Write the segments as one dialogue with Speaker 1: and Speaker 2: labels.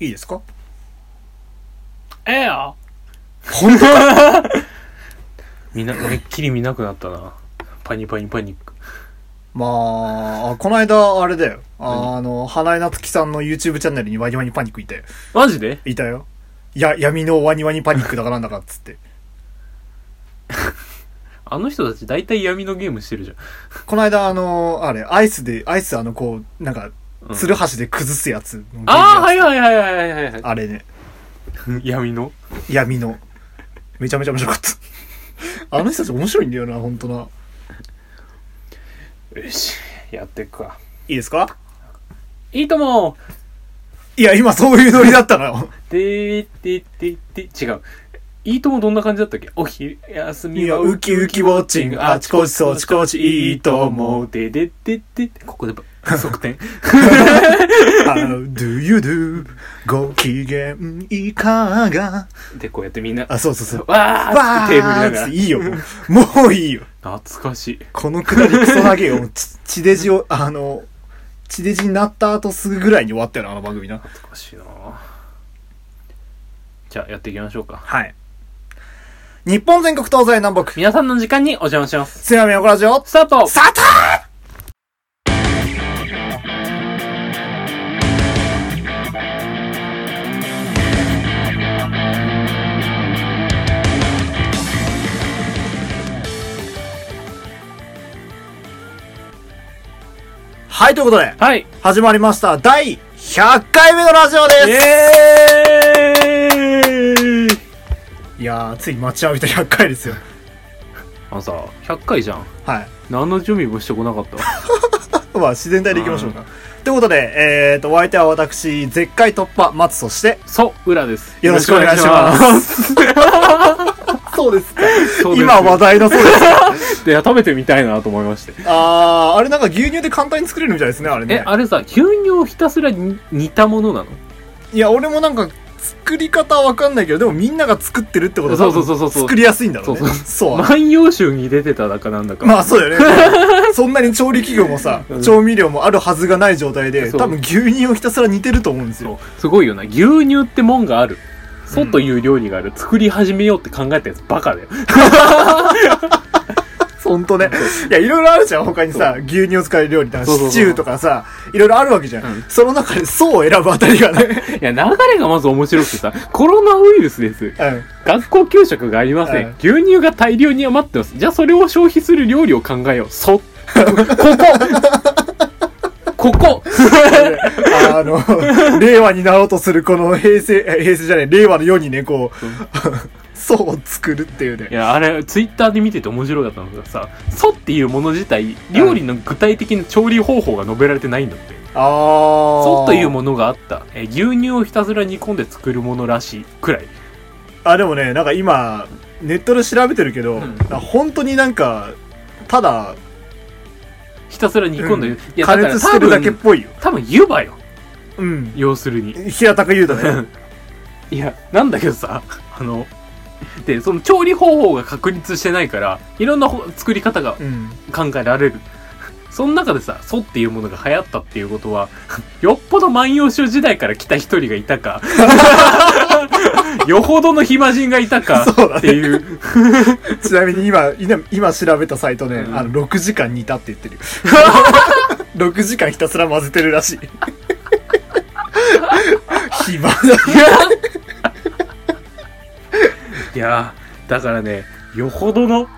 Speaker 1: いいですか
Speaker 2: ええや
Speaker 1: 本当か
Speaker 2: 見な、めっきり見なくなったな。パニパニパニック。
Speaker 1: まあ、この間、あれだよ。あの、花江夏樹さんの YouTube チャンネルにワニワニパニックいて。
Speaker 2: マジで
Speaker 1: いたよ。いや、闇のワニワニパニックだかなんだかっつって。
Speaker 2: あの人たち大体闇のゲームしてるじゃ
Speaker 1: この間、あの、あれ、アイスで、アイスあの、こう、なんか、
Speaker 2: ん。
Speaker 1: つ
Speaker 2: る。
Speaker 1: るはしで崩すやつのゲームやつ
Speaker 2: ああ、はいはいはいはいはいはい。
Speaker 1: あれね、
Speaker 2: 闇の
Speaker 1: 闇の。めちゃめちゃ面白かった。あの人たち面白いんだよな、本当な。
Speaker 2: よし、やっていくか。
Speaker 1: いいですか
Speaker 2: いいとも
Speaker 1: いや、今そういうノリだったのよ。
Speaker 2: でーでーでーでー違う。いいともどんな感じだったっけお昼休
Speaker 1: い
Speaker 2: み
Speaker 1: や、
Speaker 2: は
Speaker 1: ウキウキウォッチング、あちこちそちこちいいと思う。
Speaker 2: でででででここ で側転
Speaker 1: あの、do you do? ご機嫌いかが
Speaker 2: でこうやってみんな
Speaker 1: あ、そうそうそう。
Speaker 2: わー
Speaker 1: わ
Speaker 2: って手振りなが
Speaker 1: ーっていいよ、もう。もういいよ。
Speaker 2: ら懐かしい
Speaker 1: このくだりクソ投げよ。ち地デジを、あの、地デジになった後すぐぐらいに終わったよな、あの番組な。
Speaker 2: 懐かしいなじゃあやっていきましょうか
Speaker 1: はい。日本全国東西南北、
Speaker 2: 皆さんの時間にお邪魔します
Speaker 1: 津波横ラジオ、
Speaker 2: スタート
Speaker 1: スタートはい、ということで、
Speaker 2: はい
Speaker 1: 始まりました。第100回目のラジオ
Speaker 2: イ
Speaker 1: で
Speaker 2: エーイ
Speaker 1: すいやー、ついに待ちわびた100回ですよ。
Speaker 2: あのさ100回じゃん
Speaker 1: はい。
Speaker 2: 何の準備もしてこなかった
Speaker 1: まあ、自然体でいきましょうか。ということで、えーと、お相手は私、絶海突破、松、そして、
Speaker 2: そう裏です
Speaker 1: よろしくお願いしますそうですか。
Speaker 2: そうです
Speaker 1: 今話題のそうです。
Speaker 2: で食べてみたいなと思いまして
Speaker 1: あー、あれなんか牛乳で簡単に作れるみたいですね、あれ
Speaker 2: え
Speaker 1: ね。
Speaker 2: あれさ牛乳をひたすらに煮たものなの
Speaker 1: いや、俺もなんか、作り方はわかんないけど、でもみんなが作ってるってことは
Speaker 2: そうそうそうそうそう
Speaker 1: 作りやすいんだろうね。
Speaker 2: そう
Speaker 1: そう
Speaker 2: そう万
Speaker 1: は
Speaker 2: 葉集に出てただかなんだか、
Speaker 1: まあそうだよ ね。そんなに調理器具もさ
Speaker 2: うん、
Speaker 1: 調味料もあるはずがない状態で、
Speaker 2: そう
Speaker 1: 多分牛乳をひたすら煮てると思うんです
Speaker 2: そう
Speaker 1: よ。
Speaker 2: すごいよな牛乳ってもんがあるそうという料理がある、作り始めようって考えたやつバカだよ
Speaker 1: ほんとね。いや、いろいろあるじゃん、他にさ、牛乳を使う料理とか、
Speaker 2: そうそうそう
Speaker 1: シチューとかさ、いろいろあるわけじゃん。
Speaker 2: うん
Speaker 1: その中で、層を選ぶあたりが ね。
Speaker 2: いや流れがまず面白くてさコロナウイルスです
Speaker 1: うん。
Speaker 2: 学校給食がありません、
Speaker 1: うん
Speaker 2: 牛乳が大量に余ってますじゃあそれを消費する料理を考えようそこここ こ
Speaker 1: あの、令和になろうとするこの平成、 え平成じゃない、令和の世にね、こう、層を作るっていう
Speaker 2: い
Speaker 1: ね。
Speaker 2: やあれツイッターで見てて面白かったのがさ「そ」っていうもの自体料理の具体的な調理方法が述べられてないんだって
Speaker 1: あ
Speaker 2: 「
Speaker 1: ー。
Speaker 2: そ」というものがあったえ牛乳をひたすら煮込んで作るものらしいくらい
Speaker 1: あ、でもね、なんか今、ネットで調べてるけど、
Speaker 2: ん
Speaker 1: な本当になんか、ただ、
Speaker 2: ひたすら煮込んで、
Speaker 1: う
Speaker 2: いや
Speaker 1: 加
Speaker 2: だから
Speaker 1: 熱し
Speaker 2: 多
Speaker 1: てるだけっ
Speaker 2: 分
Speaker 1: ぽいよ。
Speaker 2: 多分湯葉よ
Speaker 1: うん。
Speaker 2: 要するに
Speaker 1: 平たく言うとね。
Speaker 2: いや、なんだけどさ、あの、で、その調理方法が確立してないから、いろんなほ作り方が
Speaker 1: うん。
Speaker 2: 考えられる。その中でさ、ソっていうものが流行ったっていうことは、よっぽど万葉集時代から来た一人がいたか、よほどの暇人がいたか
Speaker 1: そうだね
Speaker 2: っていう、
Speaker 1: ちなみに今、今今調べたサイトね、
Speaker 2: うん
Speaker 1: あの、6時間煮たって言っ てる。6時間ひたすら混ぜてるら しい。暇だ。
Speaker 2: いやー、だからね、よほどの、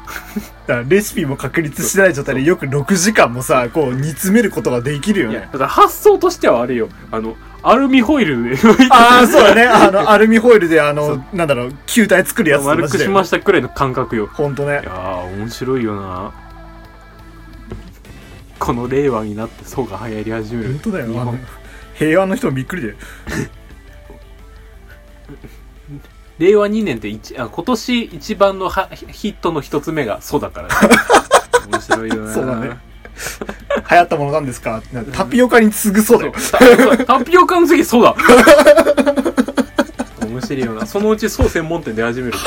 Speaker 1: だからレシピも確立してない状態でよく6時間もさ、こう煮詰めることができるよ
Speaker 2: いや、
Speaker 1: ね
Speaker 2: だ。から発想としてはあれよ、あの、アルミホイルで、
Speaker 1: ああ、そうだ ね。あの、アルミホイルで、あ
Speaker 2: そ
Speaker 1: の
Speaker 2: う、
Speaker 1: なんだろう、球体作るやつと
Speaker 2: 丸
Speaker 1: 同
Speaker 2: く
Speaker 1: じだ
Speaker 2: し
Speaker 1: よ
Speaker 2: ま。したくらいの感覚よ。
Speaker 1: ほんとね
Speaker 2: い。やー面白いよなこの令和になって層が流行り始める
Speaker 1: ほんとだよ。
Speaker 2: 日
Speaker 1: あの
Speaker 2: 本、
Speaker 1: 平和の人もびっくりだよ。
Speaker 2: 令和2年って一あ今年一番のはヒットの一つ目が「ソ」だか ら、ね、面白いよな
Speaker 1: そうだね流行ったものなんです かなんかタピオカに次ぐそうだよ。
Speaker 2: そうタタピオカの次「ソ」だ面白いよなそのうち「ソ」専門店出始める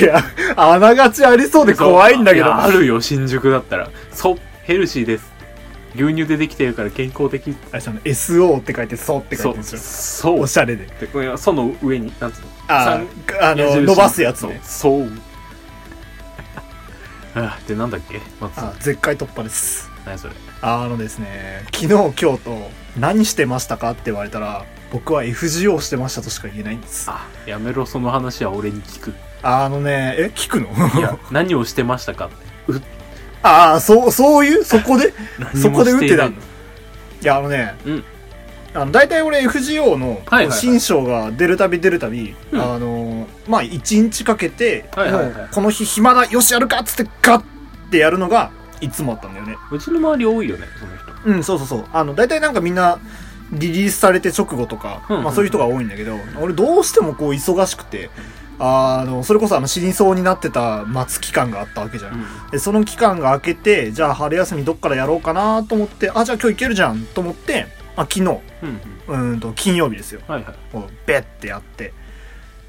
Speaker 1: いや、あながちありそうで怖いんだけど
Speaker 2: や。あるよ新宿だったら「ソ」ヘルシーです牛乳でできてるから健康的
Speaker 1: あれその SO って書いて「そう」って書
Speaker 2: そ
Speaker 1: いてるん
Speaker 2: う
Speaker 1: ですよ
Speaker 2: そう
Speaker 1: おしゃれで
Speaker 2: でこれはその上になんつうの
Speaker 1: あ
Speaker 2: 三
Speaker 1: ああ
Speaker 2: 矢
Speaker 1: の
Speaker 2: 印
Speaker 1: 伸ばすやつね
Speaker 2: そうそう あでなんだっけまず
Speaker 1: あ絶海突破です
Speaker 2: 何それ
Speaker 1: あのですね昨日今日と何してましたかって言われたら僕は FGO してましたとしか言えないんです
Speaker 2: あやめろその話は俺に聞 く
Speaker 1: あのねえ聞くの
Speaker 2: いや何をしてましたかってう
Speaker 1: ああそうそういうそこで そこで打ってた
Speaker 2: 何もしていない
Speaker 1: のいやあのね、
Speaker 2: うん
Speaker 1: あの大体俺 FGO の
Speaker 2: はいはいはい
Speaker 1: 新章が出るたび出るたび、
Speaker 2: うん
Speaker 1: あのまあ1日かけて、
Speaker 2: はいはいはい
Speaker 1: もうこの日暇だよしやるかっつってガッてやるのがいつもあったんだよね
Speaker 2: うちの周り多いよねその人
Speaker 1: うんそうそうそうあの大体なんかみんなリリースされて直後とか、
Speaker 2: うんうん
Speaker 1: まあ、そういう人が多いんだけど俺どうしてもこう忙しくてあのそれこそあの死にそうになってた待つ期間があったわけじゃんでその期間が明けてじゃあ春休みどっからやろうかなと思ってあじゃあ今日行けるじゃんと思って、まあ、昨日う
Speaker 2: うんうん
Speaker 1: ーんと金曜日ですよ
Speaker 2: はいはい
Speaker 1: もうベッてやって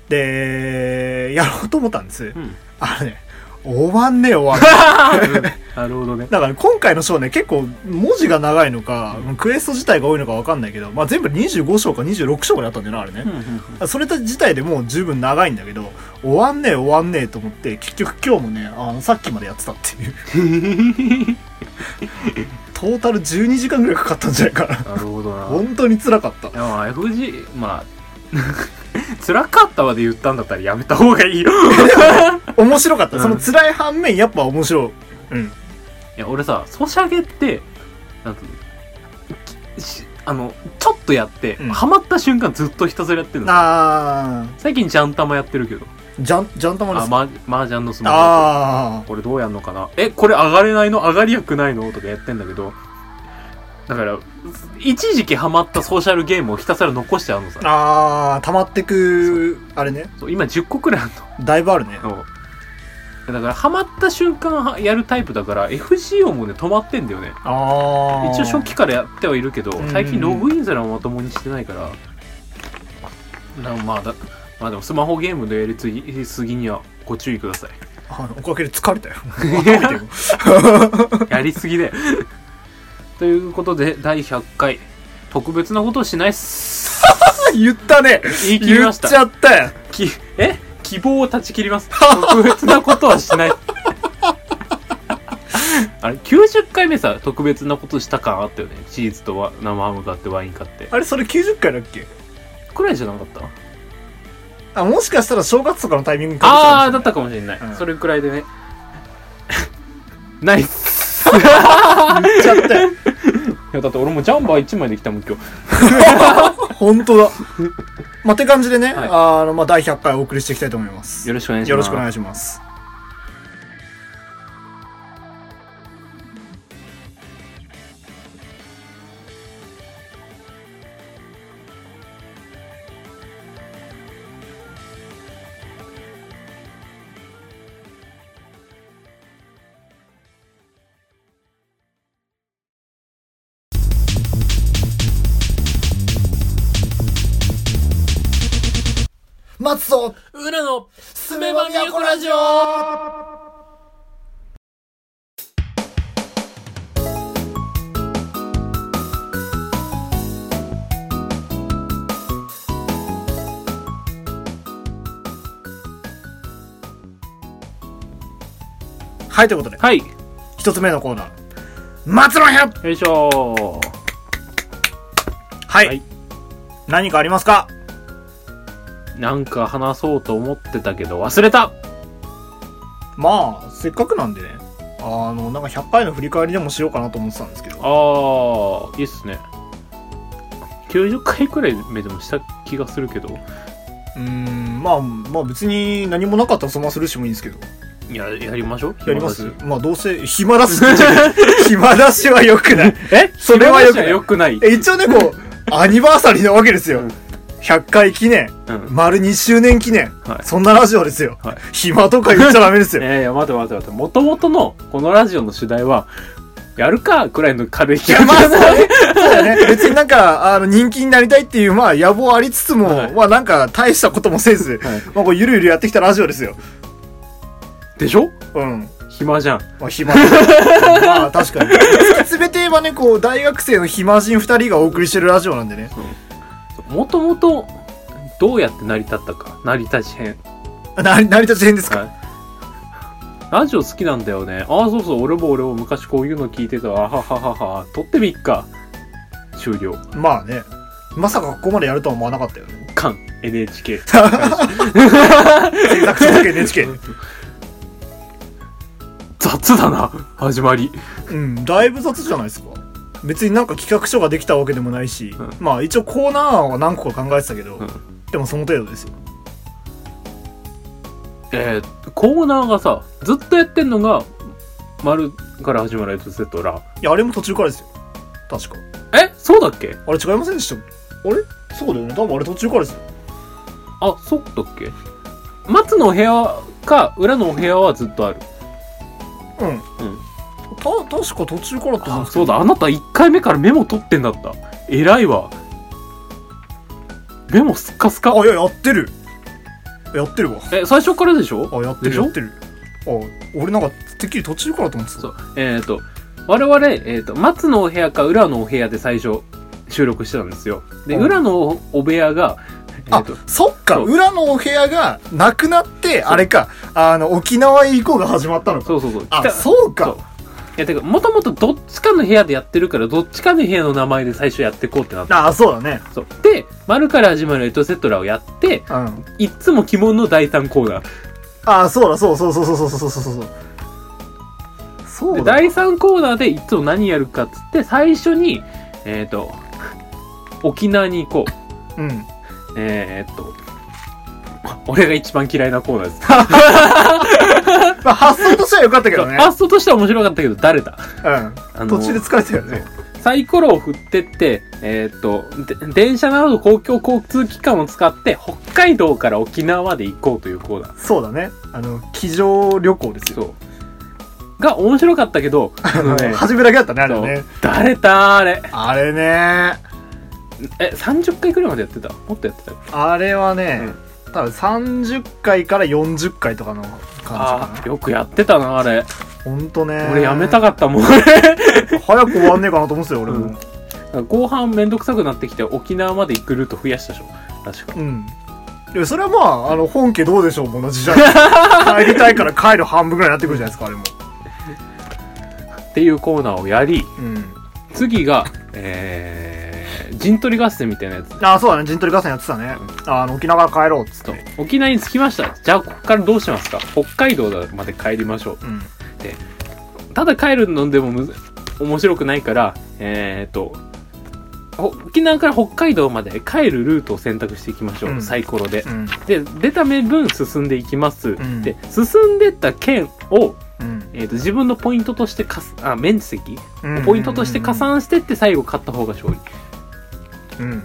Speaker 1: でやろうと思ったんです
Speaker 2: うん
Speaker 1: あのね終わんねえ終わんねえ
Speaker 2: なるほどね
Speaker 1: だから今回の章ね結構文字が長いのかクエスト自体が多いのかわかんないけど、まあ、全部25章か26章ぐらいあったんだよなあれね、それ自体でもう十分長いんだけど終わんねえ終わんねえと思って結局今日もねあのさっきまでやってたっていうトータル12時間ぐらいかかったんじゃないかな
Speaker 2: なるほどな
Speaker 1: 本当に辛かった
Speaker 2: いやまあ FG まあ辛かったまで言ったんだったらやめた方がいいよ い
Speaker 1: 面白かった、
Speaker 2: うん
Speaker 1: その辛い反面やっぱ面白いうん
Speaker 2: や俺さソシャゲってなんつうのきしあのちょっとやって、
Speaker 1: うん
Speaker 2: ハマった瞬間ずっとひたすらやってるの
Speaker 1: あ
Speaker 2: 最近ジャンタマやってるけど
Speaker 1: ーじゃんじゃんたまで
Speaker 2: あ
Speaker 1: すか
Speaker 2: ママージャンのスマホ
Speaker 1: あ
Speaker 2: これどうやんのかなえこれ上がれないの上がり役ないのとかやってんだけどだから一時期ハマったソーシャルゲームをひたすら残してあるのさ
Speaker 1: ーあー溜まってくあれね
Speaker 2: そう今10個くらいあるの
Speaker 1: だいぶあるね
Speaker 2: そうだからハマった瞬間はやるタイプだから FGO もね止まってんだよね
Speaker 1: ああ
Speaker 2: 一応初期からやってはいるけど
Speaker 1: うん
Speaker 2: 最近ログインすらまともにしてないからなまあだまあでもスマホゲームのやりすぎにはご注意くだ さい
Speaker 1: あのおかげで疲れたよわかるけど
Speaker 2: やりすぎでということで第100回特別なことをしないっす
Speaker 1: 言ったね
Speaker 2: 言い切り
Speaker 1: 言
Speaker 2: ま
Speaker 1: っ
Speaker 2: した
Speaker 1: ちゃったよ
Speaker 2: きえ希望を断ち切りま す特別なことはしないあれ90回目さ特別なことした感あったよねチーズとわ生ハム買ってワイン買って
Speaker 1: あれそれ90回だっけ
Speaker 2: くらいじゃなかった
Speaker 1: あもしかしたら正月とかのタイミングに
Speaker 2: ああーだ
Speaker 1: か
Speaker 2: ったかもしれない、
Speaker 1: うん
Speaker 2: それくらいで ねナイス
Speaker 1: ぶっちゃったよ
Speaker 2: いやだって俺もジャンバー1枚できたもん今日
Speaker 1: 本 当だまあて感じでね、
Speaker 2: はい
Speaker 1: あのまあ第100回お送りしていきたいと思いますよ
Speaker 2: よろしくお願いします
Speaker 1: ろしくお願いします松戸
Speaker 2: 裏のす
Speaker 1: 梅間都ラジオはいということで
Speaker 2: はいよ
Speaker 1: 一つ目のコーナー松の部屋
Speaker 2: いしょー
Speaker 1: はい、
Speaker 2: はい
Speaker 1: 何かありますか
Speaker 2: なんか話そうと思ってたけど忘れた
Speaker 1: まあせっかくなんでねあのなんか100回の振り返りでもしようかなと思ってたんですけど
Speaker 2: ああいいっすね90回くらい目でもした気がするけど
Speaker 1: うーんまあまあ別に何もなかったらそのままするしてもいいんですけど
Speaker 2: いややりましょう
Speaker 1: やります
Speaker 2: 暇だし
Speaker 1: まあどうせ暇 だし暇だしは良くないえそれは良くない
Speaker 2: よくない
Speaker 1: え一応ねこうアニバーサリーなわけですよ、
Speaker 2: うん
Speaker 1: 100回記念
Speaker 2: うん
Speaker 1: 丸2周年記念、
Speaker 2: はい
Speaker 1: そんなラジオですよ、
Speaker 2: はい
Speaker 1: 暇とか言っちゃダメです
Speaker 2: い
Speaker 1: よ
Speaker 2: やいや待て待て待てもともとのこのラジオの主題はやるかくらいの軽い気
Speaker 1: い
Speaker 2: が
Speaker 1: やまあそ
Speaker 2: し
Speaker 1: う
Speaker 2: ます
Speaker 1: ねそうだね別になんかあの人気になりたいっていうまあ野望ありつつも、
Speaker 2: はい
Speaker 1: まあなんか大したこともせず、
Speaker 2: はい
Speaker 1: まあこうゆるゆるやってきたラジオですよ
Speaker 2: でしょ
Speaker 1: うん
Speaker 2: 暇じゃん。
Speaker 1: まあ、暇 人。まあ、確かに。すべて言えばね、こう、大学生の暇人二人がお送りしてるラジオなんでね。
Speaker 2: もともと、どうやって成り立ったか。成り立ち編。
Speaker 1: な成り立ち編ですか、
Speaker 2: はいラジオ好きなんだよね。ああ、そうそう、俺も俺も昔こういうの聞いてたわ。あはははは。撮ってみっか。終了。
Speaker 1: まあね。まさかここまでやるとは思わなかったよね。
Speaker 2: 間 NHK。
Speaker 1: 制作 続け NHK。
Speaker 2: 雑だな。始まり。
Speaker 1: うん、だいぶ雑じゃないですか。別になんか企画書ができたわけでもないし、
Speaker 2: うん
Speaker 1: まあ一応コーナー案は何個か考えてたけど、
Speaker 2: うん
Speaker 1: でもその程度ですよ。
Speaker 2: えーコーナーがさ、ずっとやってんのが、丸から始まる A と Z ら。
Speaker 1: いや、あれも途中からですよ。確か。
Speaker 2: えそうだっけ
Speaker 1: あれ違いませんでしたあれそうだよね。多分あれ途中からですよ。
Speaker 2: あ、そうだっけ松のお部屋か、裏のお部屋はずっとある。
Speaker 1: うん。
Speaker 2: ん
Speaker 1: た、確か途中からって
Speaker 2: あ、そうだ。あなた1回目からメモ取ってんだった。偉いわ。メモすっかすか
Speaker 1: あ、。いや、やってる。やってるわ。
Speaker 2: え、最初からでしょ
Speaker 1: あ、やって
Speaker 2: で
Speaker 1: る、
Speaker 2: しょ
Speaker 1: やってる。あ、俺なんか、てっきり途中からと思ってた。
Speaker 2: そう。えっ、と、我々、えっ、と、松のお部屋か裏のお部屋で最初収録してたんですよ。で、
Speaker 1: うん
Speaker 2: 裏のお部屋が、えっ、
Speaker 1: あ
Speaker 2: と、、
Speaker 1: そっか、
Speaker 2: そう
Speaker 1: 裏のお部屋がなくなって、あれか、あの、沖縄へ行こうが始まったのか。
Speaker 2: そうそうそう。
Speaker 1: あ、
Speaker 2: 北
Speaker 1: そうか
Speaker 2: そう。いや、てか、もともとどっちかの部屋でやってるから、どっちかの部屋の名前で最初やってこうってなった。
Speaker 1: あ、そうだね。
Speaker 2: そう。で、丸から始まるエトセトラをやって、
Speaker 1: うん。
Speaker 2: いっつも鬼門の第3コーナー。
Speaker 1: あ、そうだ、そうそうそうそうそうそうそうそう。そ
Speaker 2: で、
Speaker 1: うだ。
Speaker 2: 第3コーナーでいつも何やるかっつって、最初に、えっ、と、沖縄に行こう。
Speaker 1: うん。
Speaker 2: えー、っと、俺が一番嫌いなコーナーです。
Speaker 1: まあ、発想としては良かったけ
Speaker 2: そう
Speaker 1: ど
Speaker 2: フ
Speaker 1: ね
Speaker 2: ァ。ーストとしては面白かったけど、誰だ
Speaker 1: う
Speaker 2: あ
Speaker 1: ん。
Speaker 2: の
Speaker 1: 途中で疲れたよね。
Speaker 2: サイコロを振ってって、えーっと、で電車など公共交通機関を使って、北海道から沖縄まで行こうというコーナー。
Speaker 1: そうだね。あの、机上旅行ですよ。
Speaker 2: そう。が面白かったけど、あのね、
Speaker 1: 初めだけだったね、あれは
Speaker 2: そ
Speaker 1: ね
Speaker 2: う。誰だあれ。
Speaker 1: あれね。
Speaker 2: え、30回くらいまでやってたもっとやってた
Speaker 1: あれはね、多分30回から40回とかの感じ
Speaker 2: あ
Speaker 1: か
Speaker 2: あ、よくやってたな、あれ。
Speaker 1: な。ほんとね。
Speaker 2: 俺やめたかったもん。
Speaker 1: 早く終わんねえかなと思ってたよ、俺も。
Speaker 2: 後半めんどくさくなってきて、沖縄まで行くルート増やしたでしょ。確か。
Speaker 1: うん。いや、それはまあ、あの、本家どうでしょうも同じじ ゃん。帰りたいから帰る半分ぐらいになってくるじゃないですか、あれも。
Speaker 2: っていうコーナーをやり、
Speaker 1: うん。
Speaker 2: 次が、えー、陣取り合戦みたいなやつ。
Speaker 1: あ、そうだね、陣取り合戦やってたね。あの、沖縄から帰ろう、っつっ
Speaker 2: そう
Speaker 1: て。
Speaker 2: 沖縄に着きました。じゃあ、ここからどうしますか北海道まで帰りましょう。
Speaker 1: うん。
Speaker 2: ただ帰るのでもむず面白くないから、えー、っと、ほ沖縄から北海道まで帰るルートを選択していきましょう。
Speaker 1: うん
Speaker 2: サイコロで
Speaker 1: う。ん。
Speaker 2: で、出た目分進んでいきます。
Speaker 1: ん
Speaker 2: で、進んでった県を、
Speaker 1: うん。
Speaker 2: えーっと自分のポイントとしてかす、あ、面積
Speaker 1: うん
Speaker 2: ポイントとして加。算してって最後勝った方が勝利。
Speaker 1: うん。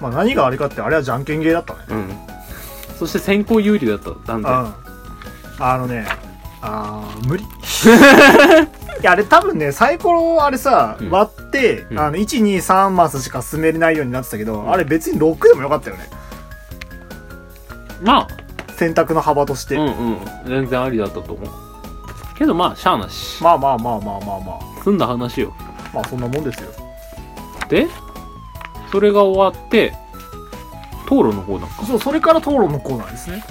Speaker 1: まあ、何があれかって、あれはじゃんけんゲーだったね。
Speaker 2: うん。そして先行有利だった、なんで。
Speaker 1: うん。あのね、あー無 理。いや、あれ多分ね、サイコロ、あれさ
Speaker 2: う、ん
Speaker 1: 割って、
Speaker 2: うん
Speaker 1: あの、1、2、3マスしか進めれないようになってたけど、
Speaker 2: ん
Speaker 1: あれ別に6でもよかったよね。
Speaker 2: まあ、
Speaker 1: 選択の幅として。
Speaker 2: うんうん。全然ありだったと思う。けどまあ、しゃあなし。
Speaker 1: まあまあまあまあまあま
Speaker 2: 済んだ話よ。
Speaker 1: あ。まあそんなもんですよ。
Speaker 2: で、それが終わって、討論のコーナーか。
Speaker 1: そう、それから討論のコーナーですね。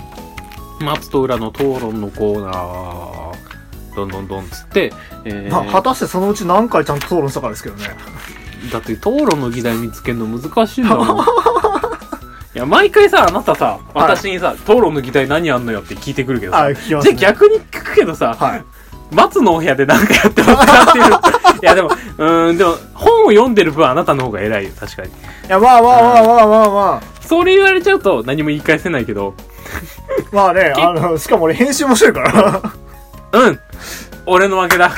Speaker 2: 松と裏の討論のコーナー。どんどんどんつって、えー
Speaker 1: まあ、果たしてそのうち何回ちゃんと討論したかですけ どね。
Speaker 2: だって討論の議題見つけるの難しいんだ もん。いや、毎回さ、あなたさ、私にさ、討論の議題何あんのよって聞いてくるけど
Speaker 1: あ、
Speaker 2: さ。
Speaker 1: 聞きます、
Speaker 2: で、
Speaker 1: ね。
Speaker 2: 逆に聞くけどさ、
Speaker 1: はい。
Speaker 2: 松のお部屋で何かやってます かっていう。いや、でも、うーん、でも、本を読んでる分あなたの方が偉いよ、確かに。
Speaker 1: いや、まあまあまあまあまあまあ。
Speaker 2: それ言われちゃうと何も言い返せないけど、
Speaker 1: まあね、 あの、しかも俺編集もしてるから。
Speaker 2: うん俺の 負けだ。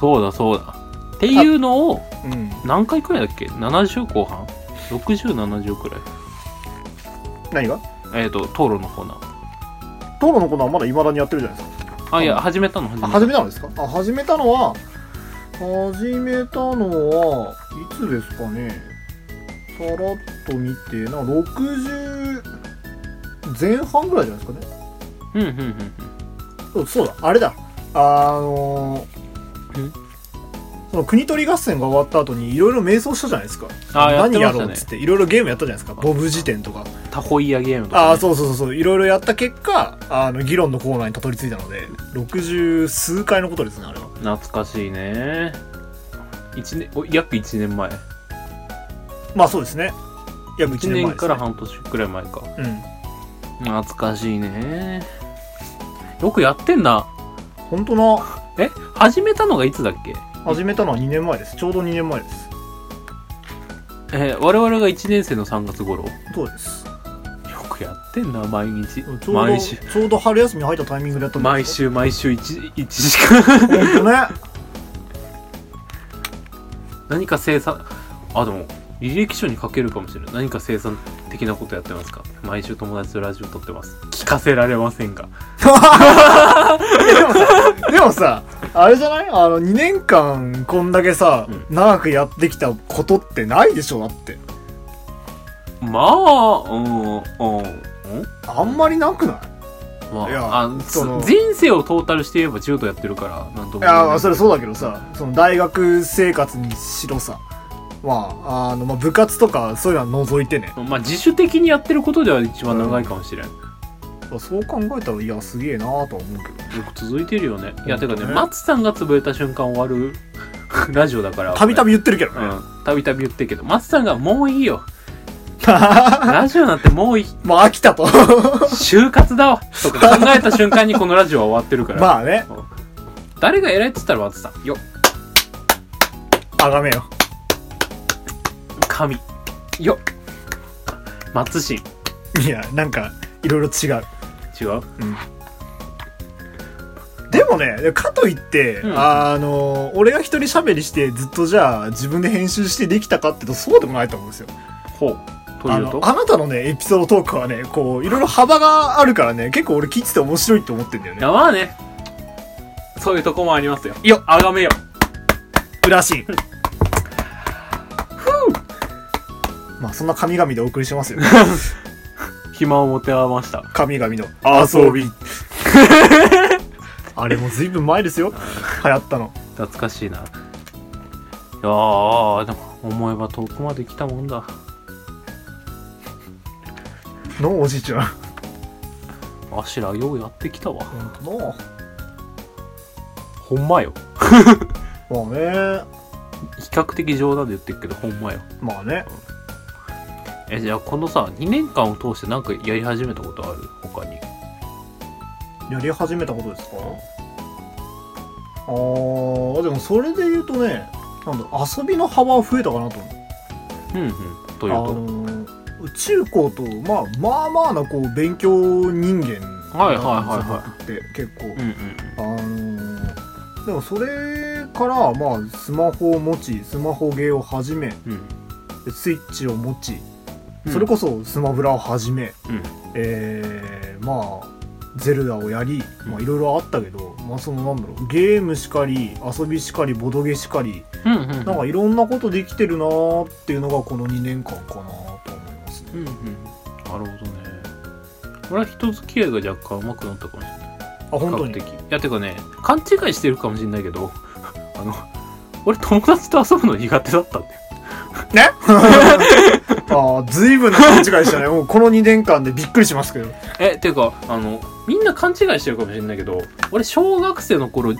Speaker 2: そうだ、そうだ。っていうのを、
Speaker 1: うん。
Speaker 2: 何回くらいだっけ ?70 後半 ?60、70くらい。
Speaker 1: 何が
Speaker 2: えっ、と、討論のコーナー。
Speaker 1: 討論のコーナーまだ未だにやってるじゃないですか。
Speaker 2: あ、いや、始めたの、始
Speaker 1: あ
Speaker 2: めた。
Speaker 1: 始めたのですかあ始めたのは始めたのはいつですかねさらっと見てな60前半ぐらいじゃないですかね
Speaker 2: うんうんうんうん
Speaker 1: そうそうだあれだあのー
Speaker 2: ん
Speaker 1: その国取り合戦が終わった後にいろいろ瞑想したじゃないですか
Speaker 2: あーやって
Speaker 1: 何や
Speaker 2: ましたね
Speaker 1: ろうっつっていろいろゲームやったじゃないですかボブ辞典とか
Speaker 2: タホイヤゲームとか、ね、
Speaker 1: ああそうそうそうそういろいろやった結果あの議論のコーナーにたどり着いたので60数回のことですねあれは
Speaker 2: 懐かしいね一年お約1年前
Speaker 1: まあそうですね約1年前
Speaker 2: 1
Speaker 1: です、ね、
Speaker 2: 年から半年くらい前か懐かしいねよくやってんな
Speaker 1: うん本当な
Speaker 2: え始めたのがいつだっけ
Speaker 1: 始めたのは2年前ですちょうど2年前です
Speaker 2: えー我々が1年生の3月頃よ
Speaker 1: そうです
Speaker 2: くやってんな毎日
Speaker 1: ちょうど
Speaker 2: 毎週
Speaker 1: ちょうど春休み入ったタイミングでやったん
Speaker 2: 毎
Speaker 1: です
Speaker 2: 週毎週 1, 時間
Speaker 1: 毎週本当ね
Speaker 2: 何か生産あでも履歴書に書けるかもしれない何か生産的なことやってますか毎週友達とラジオ撮ってます聞かせられませんが
Speaker 1: でもさ、でもさ、あれじゃないあの、2年間こんだけさ、
Speaker 2: う
Speaker 1: 長くやってきたことってないでしょだって。
Speaker 2: まあうんうんうん
Speaker 1: あんまりなくない
Speaker 2: まあ、
Speaker 1: いや
Speaker 2: あ
Speaker 1: その
Speaker 2: 人生をトータルして言えば柔道やってるからなんとも
Speaker 1: い
Speaker 2: 言えない
Speaker 1: や、それそうだけどさ、その大学生活にしろさ、まあ、あの、まあ、部活とかそういうのは除いてね。
Speaker 2: まあ自主的にやってることでは一番長いかもしれん、よ
Speaker 1: そう考えたら、いや、すげえなぁとは思うけど。
Speaker 2: く続いてるよねいやて
Speaker 1: 本
Speaker 2: か
Speaker 1: 当
Speaker 2: ね
Speaker 1: ね
Speaker 2: 松さんが潰れた瞬間終わる ラジオだから
Speaker 1: たびたび言ってるけど
Speaker 2: う
Speaker 1: ね。
Speaker 2: んたびたび言ってるけど松さんが「もういいよラジオなんてもういい
Speaker 1: まあ、飽きたと。
Speaker 2: 就活だわ」 とか考えた瞬間にこのラジオは終わってるか ら、
Speaker 1: まあね、
Speaker 2: 誰が偉いっつったら松さんよ
Speaker 1: あがめよ。
Speaker 2: 神よ松信
Speaker 1: いや、なんか、いろいろ違う。
Speaker 2: 違う
Speaker 1: でもね、かといって、
Speaker 2: うん
Speaker 1: あの、俺が一人喋りして、ずっとじゃあ、自分で編集してできたかっていうと、そうでもないと思うんですよ。
Speaker 2: ほうと
Speaker 1: あ
Speaker 2: いう
Speaker 1: の
Speaker 2: と、
Speaker 1: あなたのね、エピソードトークはね、こう、いろいろ幅があるからね、結構俺聞いてて面白いと思ってんだよ
Speaker 2: い
Speaker 1: ね。
Speaker 2: やまあねそういうとこもありますよ
Speaker 1: よっ
Speaker 2: あがめよ
Speaker 1: ら しい。まあ、そんな神々でお送りしてますよ。
Speaker 2: 暇を持て余した
Speaker 1: 神々の
Speaker 2: 遊び。
Speaker 1: あれもずいぶん前ですよ。流行ったの。
Speaker 2: 懐かしいないやーでも思えば遠くまで来たもんだ
Speaker 1: のおじいちゃん。
Speaker 2: わしらようやってきたわ
Speaker 1: の
Speaker 2: ほんまよ
Speaker 1: まあね。
Speaker 2: 比較的冗談で言ってるけどほんまよ
Speaker 1: まあね。
Speaker 2: えじゃあこのさ2年間を通してなんかやり始めたことある他に
Speaker 1: やり始めたことですかあー、でもそれで言うとね、なんだろう遊びの幅は増えたかなと思う。
Speaker 2: うんうんという
Speaker 1: あ
Speaker 2: と
Speaker 1: のー中高と、まあ、まあまあなこう勉強人間
Speaker 2: はいはいはいはい
Speaker 1: って結構、
Speaker 2: うんうん
Speaker 1: あのーでもそれから、まあ、スマホを持ちスマホゲーを始め
Speaker 2: うん
Speaker 1: でスイッチを持ち
Speaker 2: うん
Speaker 1: それこそスマブラを始め、
Speaker 2: うん
Speaker 1: えーまあゼルダをやり
Speaker 2: うん
Speaker 1: まあいろいろあったけど、まあ、そのなんだろうゲームしかり遊びしかりボドゲしかり
Speaker 2: うんうんうん
Speaker 1: なんかいろんなことできてるなーっていうのがこの2年間かなと思いますね。
Speaker 2: うんうんなるほどね俺は人付き合いが若干上手くなったかもしれない
Speaker 1: あ本当
Speaker 2: 比
Speaker 1: に
Speaker 2: 較的いやてかね勘違いしてるかもしれないけど あの俺友達と遊ぶの苦手だったんだよ
Speaker 1: ね ああ、ずいぶんな勘違いしたね。もうこの2年間でびっくりしますけど。
Speaker 2: えてかあのみんな勘違いしてるかもしれないけど俺小学生の頃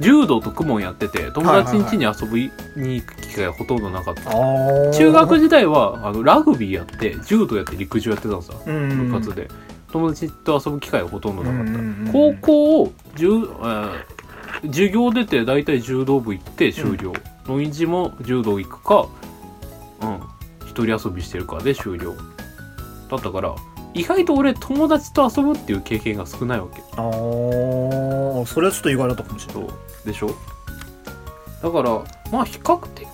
Speaker 2: 柔道と公文やってて友達ん家に遊びに行く機会がほとんどなかった、
Speaker 1: ああ。
Speaker 2: 中学時代はあのラグビーやって柔道やって陸上やってたんさ
Speaker 1: うん
Speaker 2: 部活で、友達と遊ぶ機会がほとんどなかった、
Speaker 1: うん
Speaker 2: 高校をじゅう、えー授業出て大体柔道部行って終了、土日も柔道行くかうん一人遊びしてるかで終了だったから意外と俺友達と遊ぶっていう経験が少ないわけ
Speaker 1: ああ、それはちょっと意外だったかもしれない。
Speaker 2: そうでしょだからまあ比較的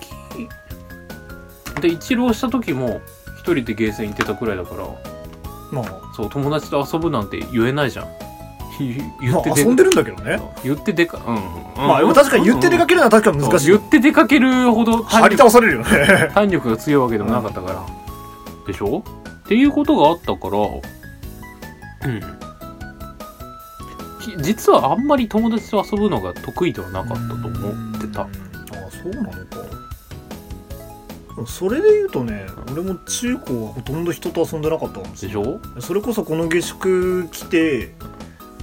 Speaker 2: で一浪した時も一人でゲーセン行ってたくらいだから
Speaker 1: まあ、
Speaker 2: そう友達と遊ぶなんて言えな いじゃん言
Speaker 1: ま
Speaker 2: って
Speaker 1: あ、
Speaker 2: 出
Speaker 1: 遊んでるんだけどね。
Speaker 2: 言ってでかうん、うん、
Speaker 1: まあ、でも確かに言って出か
Speaker 2: け
Speaker 1: けるのは確かに難しい。
Speaker 2: 言って出かける ほど
Speaker 1: 張
Speaker 2: 体
Speaker 1: り
Speaker 2: 力
Speaker 1: 倒されるよね。
Speaker 2: 体力が強いわけでもなかったから、でしょっていうことがあったからうんき実はあんまり友達と遊ぶのが得意ではなかったと思って
Speaker 1: あ
Speaker 2: た
Speaker 1: あそうなのかでもそれで言うとね俺も中高はほとんど人と遊んでなかったかもし
Speaker 2: で
Speaker 1: れ
Speaker 2: しょ
Speaker 1: ないそれこそこの下宿来て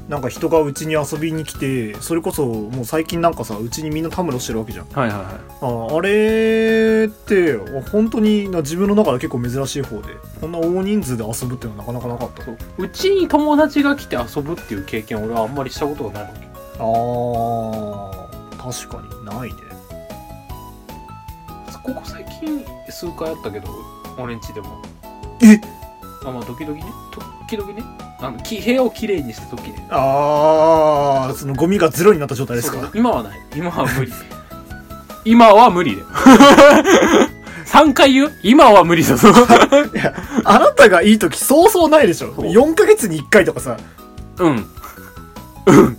Speaker 1: なんか人がうちに遊びに来てそれこそもう最近なんかさうちにみんなたむろしてるわけじゃん
Speaker 2: はいはいは
Speaker 1: ああれって本当にな自分の中で結構珍しい方でこんな大人数で遊ぶっていうのはなかなかなかった
Speaker 2: いそううちに友達が来て遊ぶっていう経験俺はあんまりしたことがないわけ
Speaker 1: あー確かにないね
Speaker 2: ここ最近数回あったけど俺ん家でも
Speaker 1: え
Speaker 2: あまあ時々ね時々ねあのき部屋をきれいにした時ね
Speaker 1: ああそのゴミがゼロになった状態です
Speaker 2: そう
Speaker 1: か
Speaker 2: 今はない今は無理 今は無理 だよ3回言う今は無 理だぞ
Speaker 1: あなたがいい時そうそうないでしょ
Speaker 2: そう
Speaker 1: 4ヶ月に1回とかさ
Speaker 2: うんうん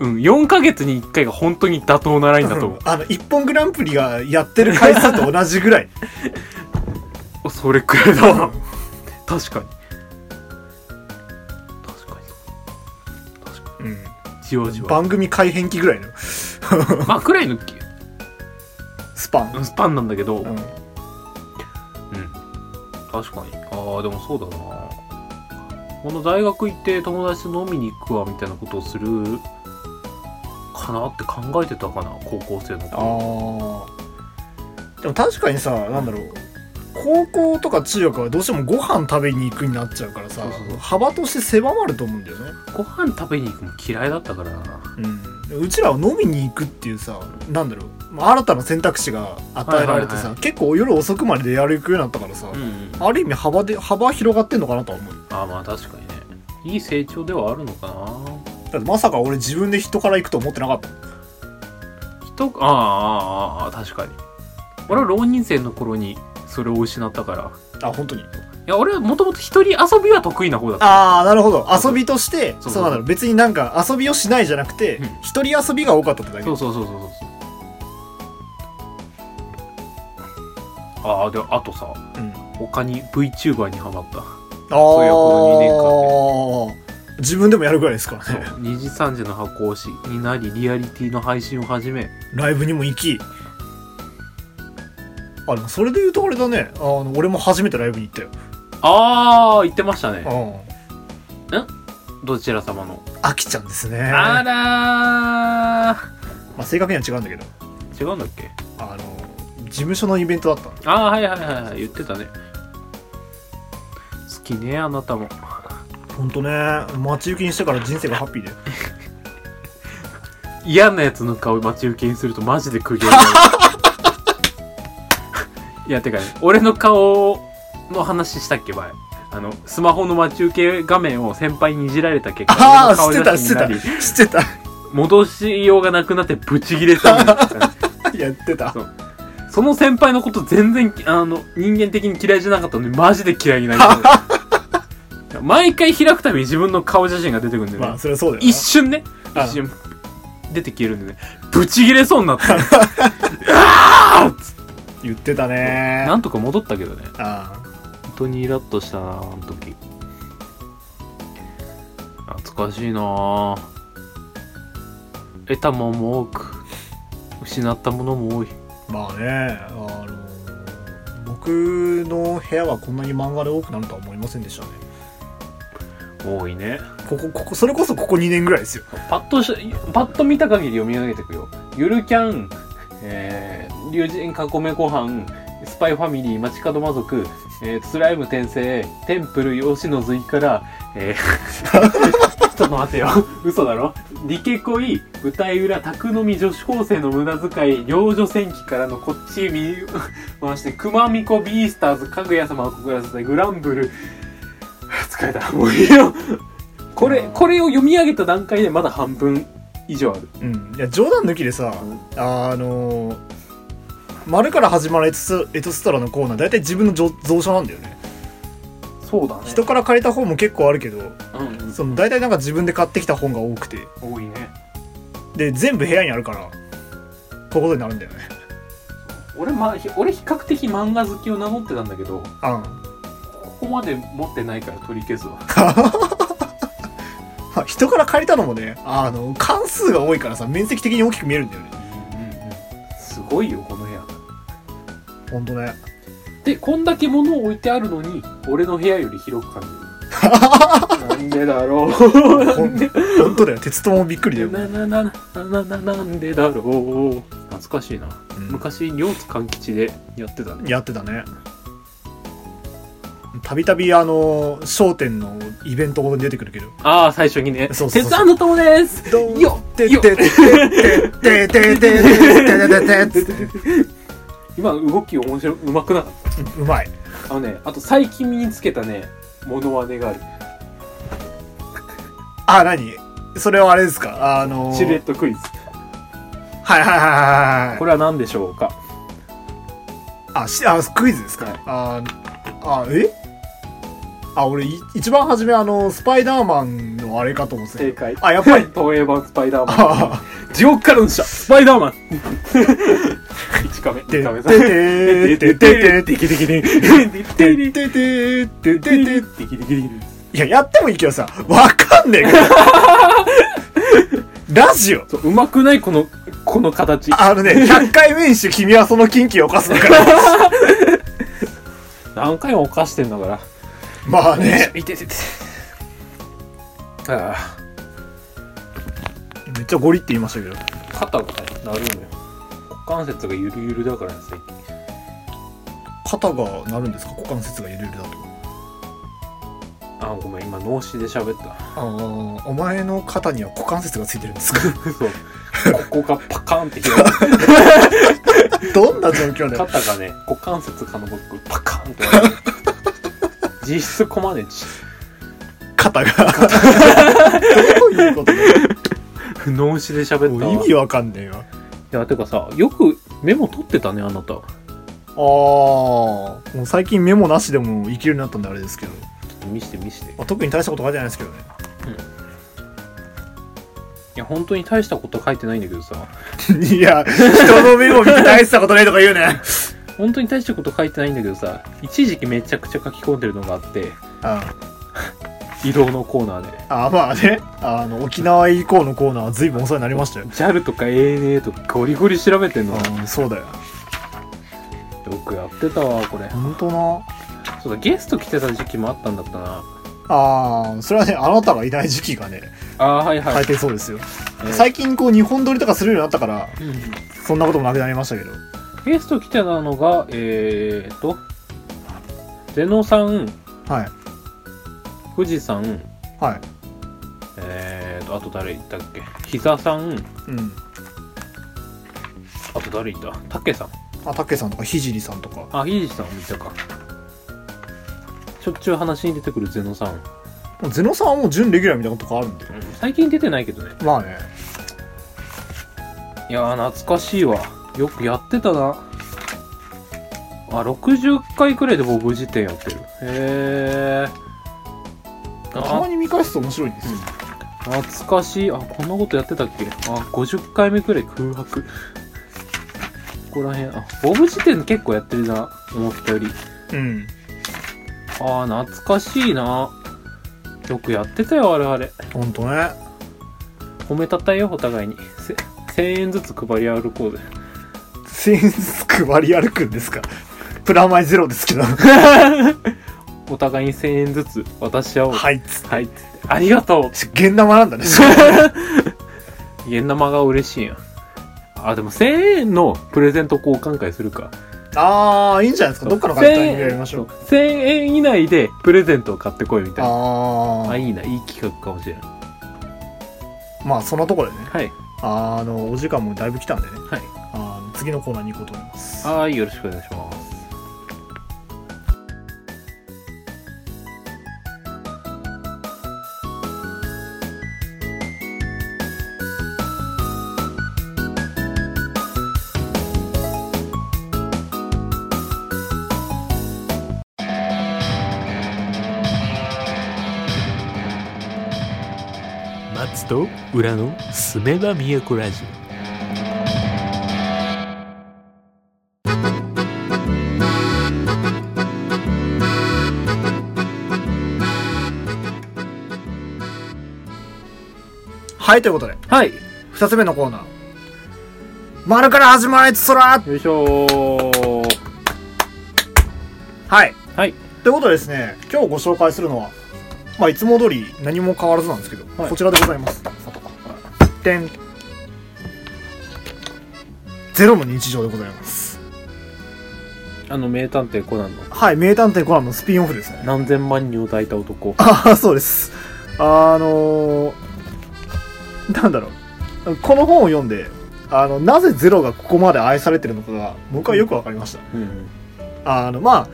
Speaker 2: うん4ヶ月に1回が本当に妥当なラインだと思
Speaker 1: あの一本グランプリがやってる回数と同じぐらい
Speaker 2: うそれくらいだわ確かに確かに確か
Speaker 1: うん
Speaker 2: にじわじわ
Speaker 1: 番組改変期ぐらいの
Speaker 2: まあくらいの
Speaker 1: スパン、
Speaker 2: スパンなんだけど、
Speaker 1: うん、
Speaker 2: うん確かにああでもそうだなこの大学行って友達と飲みに行くわみたいなことをするかなって考えてたかな高校生の頃
Speaker 1: ああでも確かにさなんだろう高校とか中学はどうしてもご飯食べに行くになっちゃうからさ
Speaker 2: そうそうそう
Speaker 1: 幅として狭まると思うんだよね、
Speaker 2: ご飯食べに行くの嫌いだったからな
Speaker 1: うん、うちらは飲みに行くっていうさなんだろうまあ新たな選択肢が与えられてさ、
Speaker 2: はいはいは
Speaker 1: 結構夜遅くまで出歩くようになったからさ、
Speaker 2: うん、うん、あ
Speaker 1: ある意味幅で幅広がってんのかなとは思う
Speaker 2: あまあ確かにねいい成長ではあるのかな
Speaker 1: だってまさか俺自分で人から行くと思ってなかった
Speaker 2: 人ああああああ確かに俺は浪人生の頃にそれを失ったから
Speaker 1: あ本当に
Speaker 2: いや俺はもともと一人遊びは得意な方だった
Speaker 1: ああなるほど遊びとして
Speaker 2: そうそう
Speaker 1: そうなんだろう別になんか遊びをしないじゃなくて
Speaker 2: うん
Speaker 1: 一、人遊びが多かったってだけ
Speaker 2: そうそうそうそうそうああであとさ
Speaker 1: うん
Speaker 2: 他に VTuber にハマった
Speaker 1: ああ
Speaker 2: そういうこ
Speaker 1: 自分でもやるぐらいですから
Speaker 2: そう
Speaker 1: ね
Speaker 2: 2時3時の箱推しになりリアリティの配信を始め
Speaker 1: ライブにも行きあでもそれで言うとあれだねあの俺も初めてライブに行ったよ
Speaker 2: ああ言ってましたね
Speaker 1: う
Speaker 2: どちら様の
Speaker 1: んあきちゃんですね
Speaker 2: あ
Speaker 1: ま
Speaker 2: らー
Speaker 1: あ、正確には違うんだけど
Speaker 2: 違うんだっけ
Speaker 1: あの事務所のイベントだったの
Speaker 2: ああはいはいはいはい言ってたね好きねあなたも
Speaker 1: ほんとね待ち受けにしてから人生がハッピーで
Speaker 2: 嫌なやつの顔待ち受けにするとマジで苦行 になるいやてかね俺の顔の話したっけ前あのスマホの待ち受け画面を先輩にいじられた結
Speaker 1: ああ
Speaker 2: 果
Speaker 1: 知ってた知ってた
Speaker 2: り
Speaker 1: 知ってた
Speaker 2: 戻しようがなくなってブチギレしたんだよ
Speaker 1: やってた
Speaker 2: その先輩のこと全然あの人間的に嫌いじゃなかったのにマジで嫌いになりました毎回開くたびに自分の顔写真が出てくるんだよね、
Speaker 1: まあそれはそうだよな
Speaker 2: 一瞬ね
Speaker 1: あ
Speaker 2: 一瞬出て消えるんでねブチギレそうになってうわーっつって
Speaker 1: 言ってたね
Speaker 2: なんとか戻ったけどね
Speaker 1: あ
Speaker 2: 本当にイラッとしたなあの時懐かしいなあ得たもんも多く失ったものも多い
Speaker 1: あまあねあの僕の部屋はこんなに漫画で多くなるとは思いませんでしたね
Speaker 2: 多いね
Speaker 1: ここ、ここ、それこそここ2年ぐらいですよ。
Speaker 2: パッとしパッと見た限り読み上げていくよゆるキャンえー、竜神囲めご飯スパイファミリー街角魔族、えー、スライム転生テンプル吉野随からえー、 ちょっと待てよ嘘だろリケ恋舞台裏宅飲み女子高生の無駄遣い両女戦記からのこっち見回して熊巫女ビースターズかぐや様を告らせてグランブル疲れたもういいよこれこれを読み上げた段階でまだ半分以上ある
Speaker 1: うん。いや、冗談抜きでさ、あのー、丸から始まるエトスエトストラのコーナー、大体自分の蔵蔵書なんだよね。
Speaker 2: そうだね
Speaker 1: 人から借りた本も結構あるけど、
Speaker 2: うん、
Speaker 1: その大体なんか自分で買ってきた本が多くて、
Speaker 2: 多いね
Speaker 1: で、全部部屋にあるから、こういうことになるんだよね。
Speaker 2: 俺,、まあ、ひ俺比較的漫画好きを名乗ってたんだけど
Speaker 1: あん。
Speaker 2: ここまで持ってないから取り消すわ
Speaker 1: まあ 人から借りたのもねあの関数が多いからさ面積的に大きく見えるんだよね
Speaker 2: すごいよこの部屋
Speaker 1: ほんとね
Speaker 2: でこんだけ物を置いてあるのに俺の部屋より広く感じるなんでだろうな
Speaker 1: ほ
Speaker 2: ん
Speaker 1: ん
Speaker 2: で
Speaker 1: ほんとだよ鉄塔もびっくりだよ、
Speaker 2: ななななななんでだろう懐かしいな
Speaker 1: うん
Speaker 2: 昔両津勘吉でやってたね
Speaker 1: やってたねたびたびあの『商店のイベントに出てくるけど
Speaker 2: ああ最初にね「
Speaker 1: そうそうそう
Speaker 2: 鉄腕の友です!」よっ
Speaker 1: で
Speaker 2: よっ
Speaker 1: ででででででででで
Speaker 2: 今の動き面白いうまくなかっ
Speaker 1: うまい
Speaker 2: たあのねあと最近身につけたねモノマネがある
Speaker 1: あ何それはあれですかあの
Speaker 2: シルエットクイズ
Speaker 1: はいはいはいはい
Speaker 2: これは何でしょうか
Speaker 1: あしあクイズですか、
Speaker 2: はい
Speaker 1: ああえあ俺い一番初めあのスパイダーマンのあれかと思ってた
Speaker 2: 正解
Speaker 1: あやっぱり
Speaker 2: 東映版スパイダーマン
Speaker 1: あ
Speaker 2: 地獄からの使者スパイダーマン1カメ
Speaker 1: て
Speaker 2: 2カメ
Speaker 1: て
Speaker 2: さん
Speaker 1: ててててててててててててていややってもいいけどさわかんねえからラジオ
Speaker 2: そううまくないこのこの形
Speaker 1: あのね100回目にして君はその禁忌を犯すのから
Speaker 2: 何回も犯してんだから
Speaker 1: まあね
Speaker 2: いてててああ
Speaker 1: めっちゃゴリって言いましたけど
Speaker 2: 肩がねなるのよ股関節がゆるゆるだからね最近
Speaker 1: 肩がなるんですか股関節が揺れるだと
Speaker 2: あごめん今脳死で喋った
Speaker 1: ああお前の肩には股関節がついてるんですか
Speaker 2: そうここがパカーンって広がる
Speaker 1: どんな状況だよ
Speaker 2: 肩がね股関節がのごくパカー ンって割れる実質コマネチ
Speaker 1: 肩がどういうことだよ
Speaker 2: 脳死で喋った
Speaker 1: もう意
Speaker 2: わ
Speaker 1: 味わかんねえよ
Speaker 2: いやてかさよくメモ取ってたねあなた
Speaker 1: ああもう最近メモなしでも生きるようになったんであれですけど、
Speaker 2: 見して見してい
Speaker 1: まあ、特に大したこと書いてないですけどね
Speaker 2: や本当に大したこと書いてないんだけどさ
Speaker 1: いや人のメモ見て大したことないとか言うね
Speaker 2: 本当に大したこと書いてないんだけどさ一時期めちゃくちゃ書き込んでるのがあって
Speaker 1: あ
Speaker 2: 移動のコーナーで
Speaker 1: あまあねあの沖縄以降のコーナーは随分お世話になりましたよ
Speaker 2: JAL とか ANA とかゴリゴリ調べてんの
Speaker 1: うんそうだよ
Speaker 2: よくやってたわこれ
Speaker 1: 本当な
Speaker 2: そうだゲスト来てた時期もあったんだったな
Speaker 1: ああそれはねあなたがいない時期がね
Speaker 2: あーはいはい、
Speaker 1: 大抵そうですよ、
Speaker 2: えー
Speaker 1: 最近こう日本撮りとかするようになったから
Speaker 2: うん
Speaker 1: そんなこともなくなりましたけど
Speaker 2: ゲスト来てたのがえー、っとゼノさん
Speaker 1: はい
Speaker 2: 富士さん
Speaker 1: はい
Speaker 2: えー、っとあと誰いたっけひざさん
Speaker 1: うん
Speaker 2: あと誰いたたけさん
Speaker 1: あたけさんとかひじりさんとか
Speaker 2: あひじさんもいたかしょっちゅう話に出てくるゼノさん、
Speaker 1: もうゼノさんはもう準レギュラーみたいなとこあるんで
Speaker 2: うん最近出てないけどね
Speaker 1: まあね
Speaker 2: いやー懐かしいわよくやってたなあ60回くらいでボブ辞典やってるへえ
Speaker 1: たま
Speaker 2: あ
Speaker 1: に見返すと面白いんですよ、
Speaker 2: 懐かしいあこんなことやってたっけあ50回目くらい空白ここら辺あボブ辞典結構やってるな思ったより
Speaker 1: うん
Speaker 2: あー懐かしいなよくやってたよ我々
Speaker 1: ほんとね
Speaker 2: 褒めたたえようお互いにせ1000円ずつ配り歩こうぜ
Speaker 1: センス配り歩くんですかプラマイゼロですけど
Speaker 2: お互いに1000円ずつ渡し合おう
Speaker 1: はいっつ
Speaker 2: はいっつってあり がとう
Speaker 1: ゲン玉なんだね
Speaker 2: 円玉が嬉しいやんあでも1000円のプレゼント交換会するか
Speaker 1: ああいいんじゃないですかどっかの会社にやりましょう
Speaker 2: 1000円以内でプレゼントを買ってこいみたいな
Speaker 1: あ
Speaker 2: あ
Speaker 1: あ
Speaker 2: いいないい企画かもしれない
Speaker 1: まあそんなところでね
Speaker 2: はい
Speaker 1: あのお時間もだいぶ来たんでね
Speaker 2: はい
Speaker 1: あの次のコーナーに行こうと思います
Speaker 2: はいよろしくお願いします松と裏の住めば都ラジオ
Speaker 1: はいということで
Speaker 2: はい
Speaker 1: 2つ目のコーナー「丸から始まれつそら
Speaker 2: よいしょー」
Speaker 1: はい
Speaker 2: はい
Speaker 1: ということでですね今日ご紹介するのはまあいつも通り何も変わらずなんですけど、
Speaker 2: はい
Speaker 1: こちらでございますてんゼロの日常でございます
Speaker 2: あの名探偵コナンの
Speaker 1: はい名探偵コナンのスピンオフですね
Speaker 2: 何千万人を抱いた男
Speaker 1: ああそうですあのーなんだろうこの本を読んであのなぜゼロがここまで愛されてるのかが僕はよく分かりました
Speaker 2: うん
Speaker 1: あのま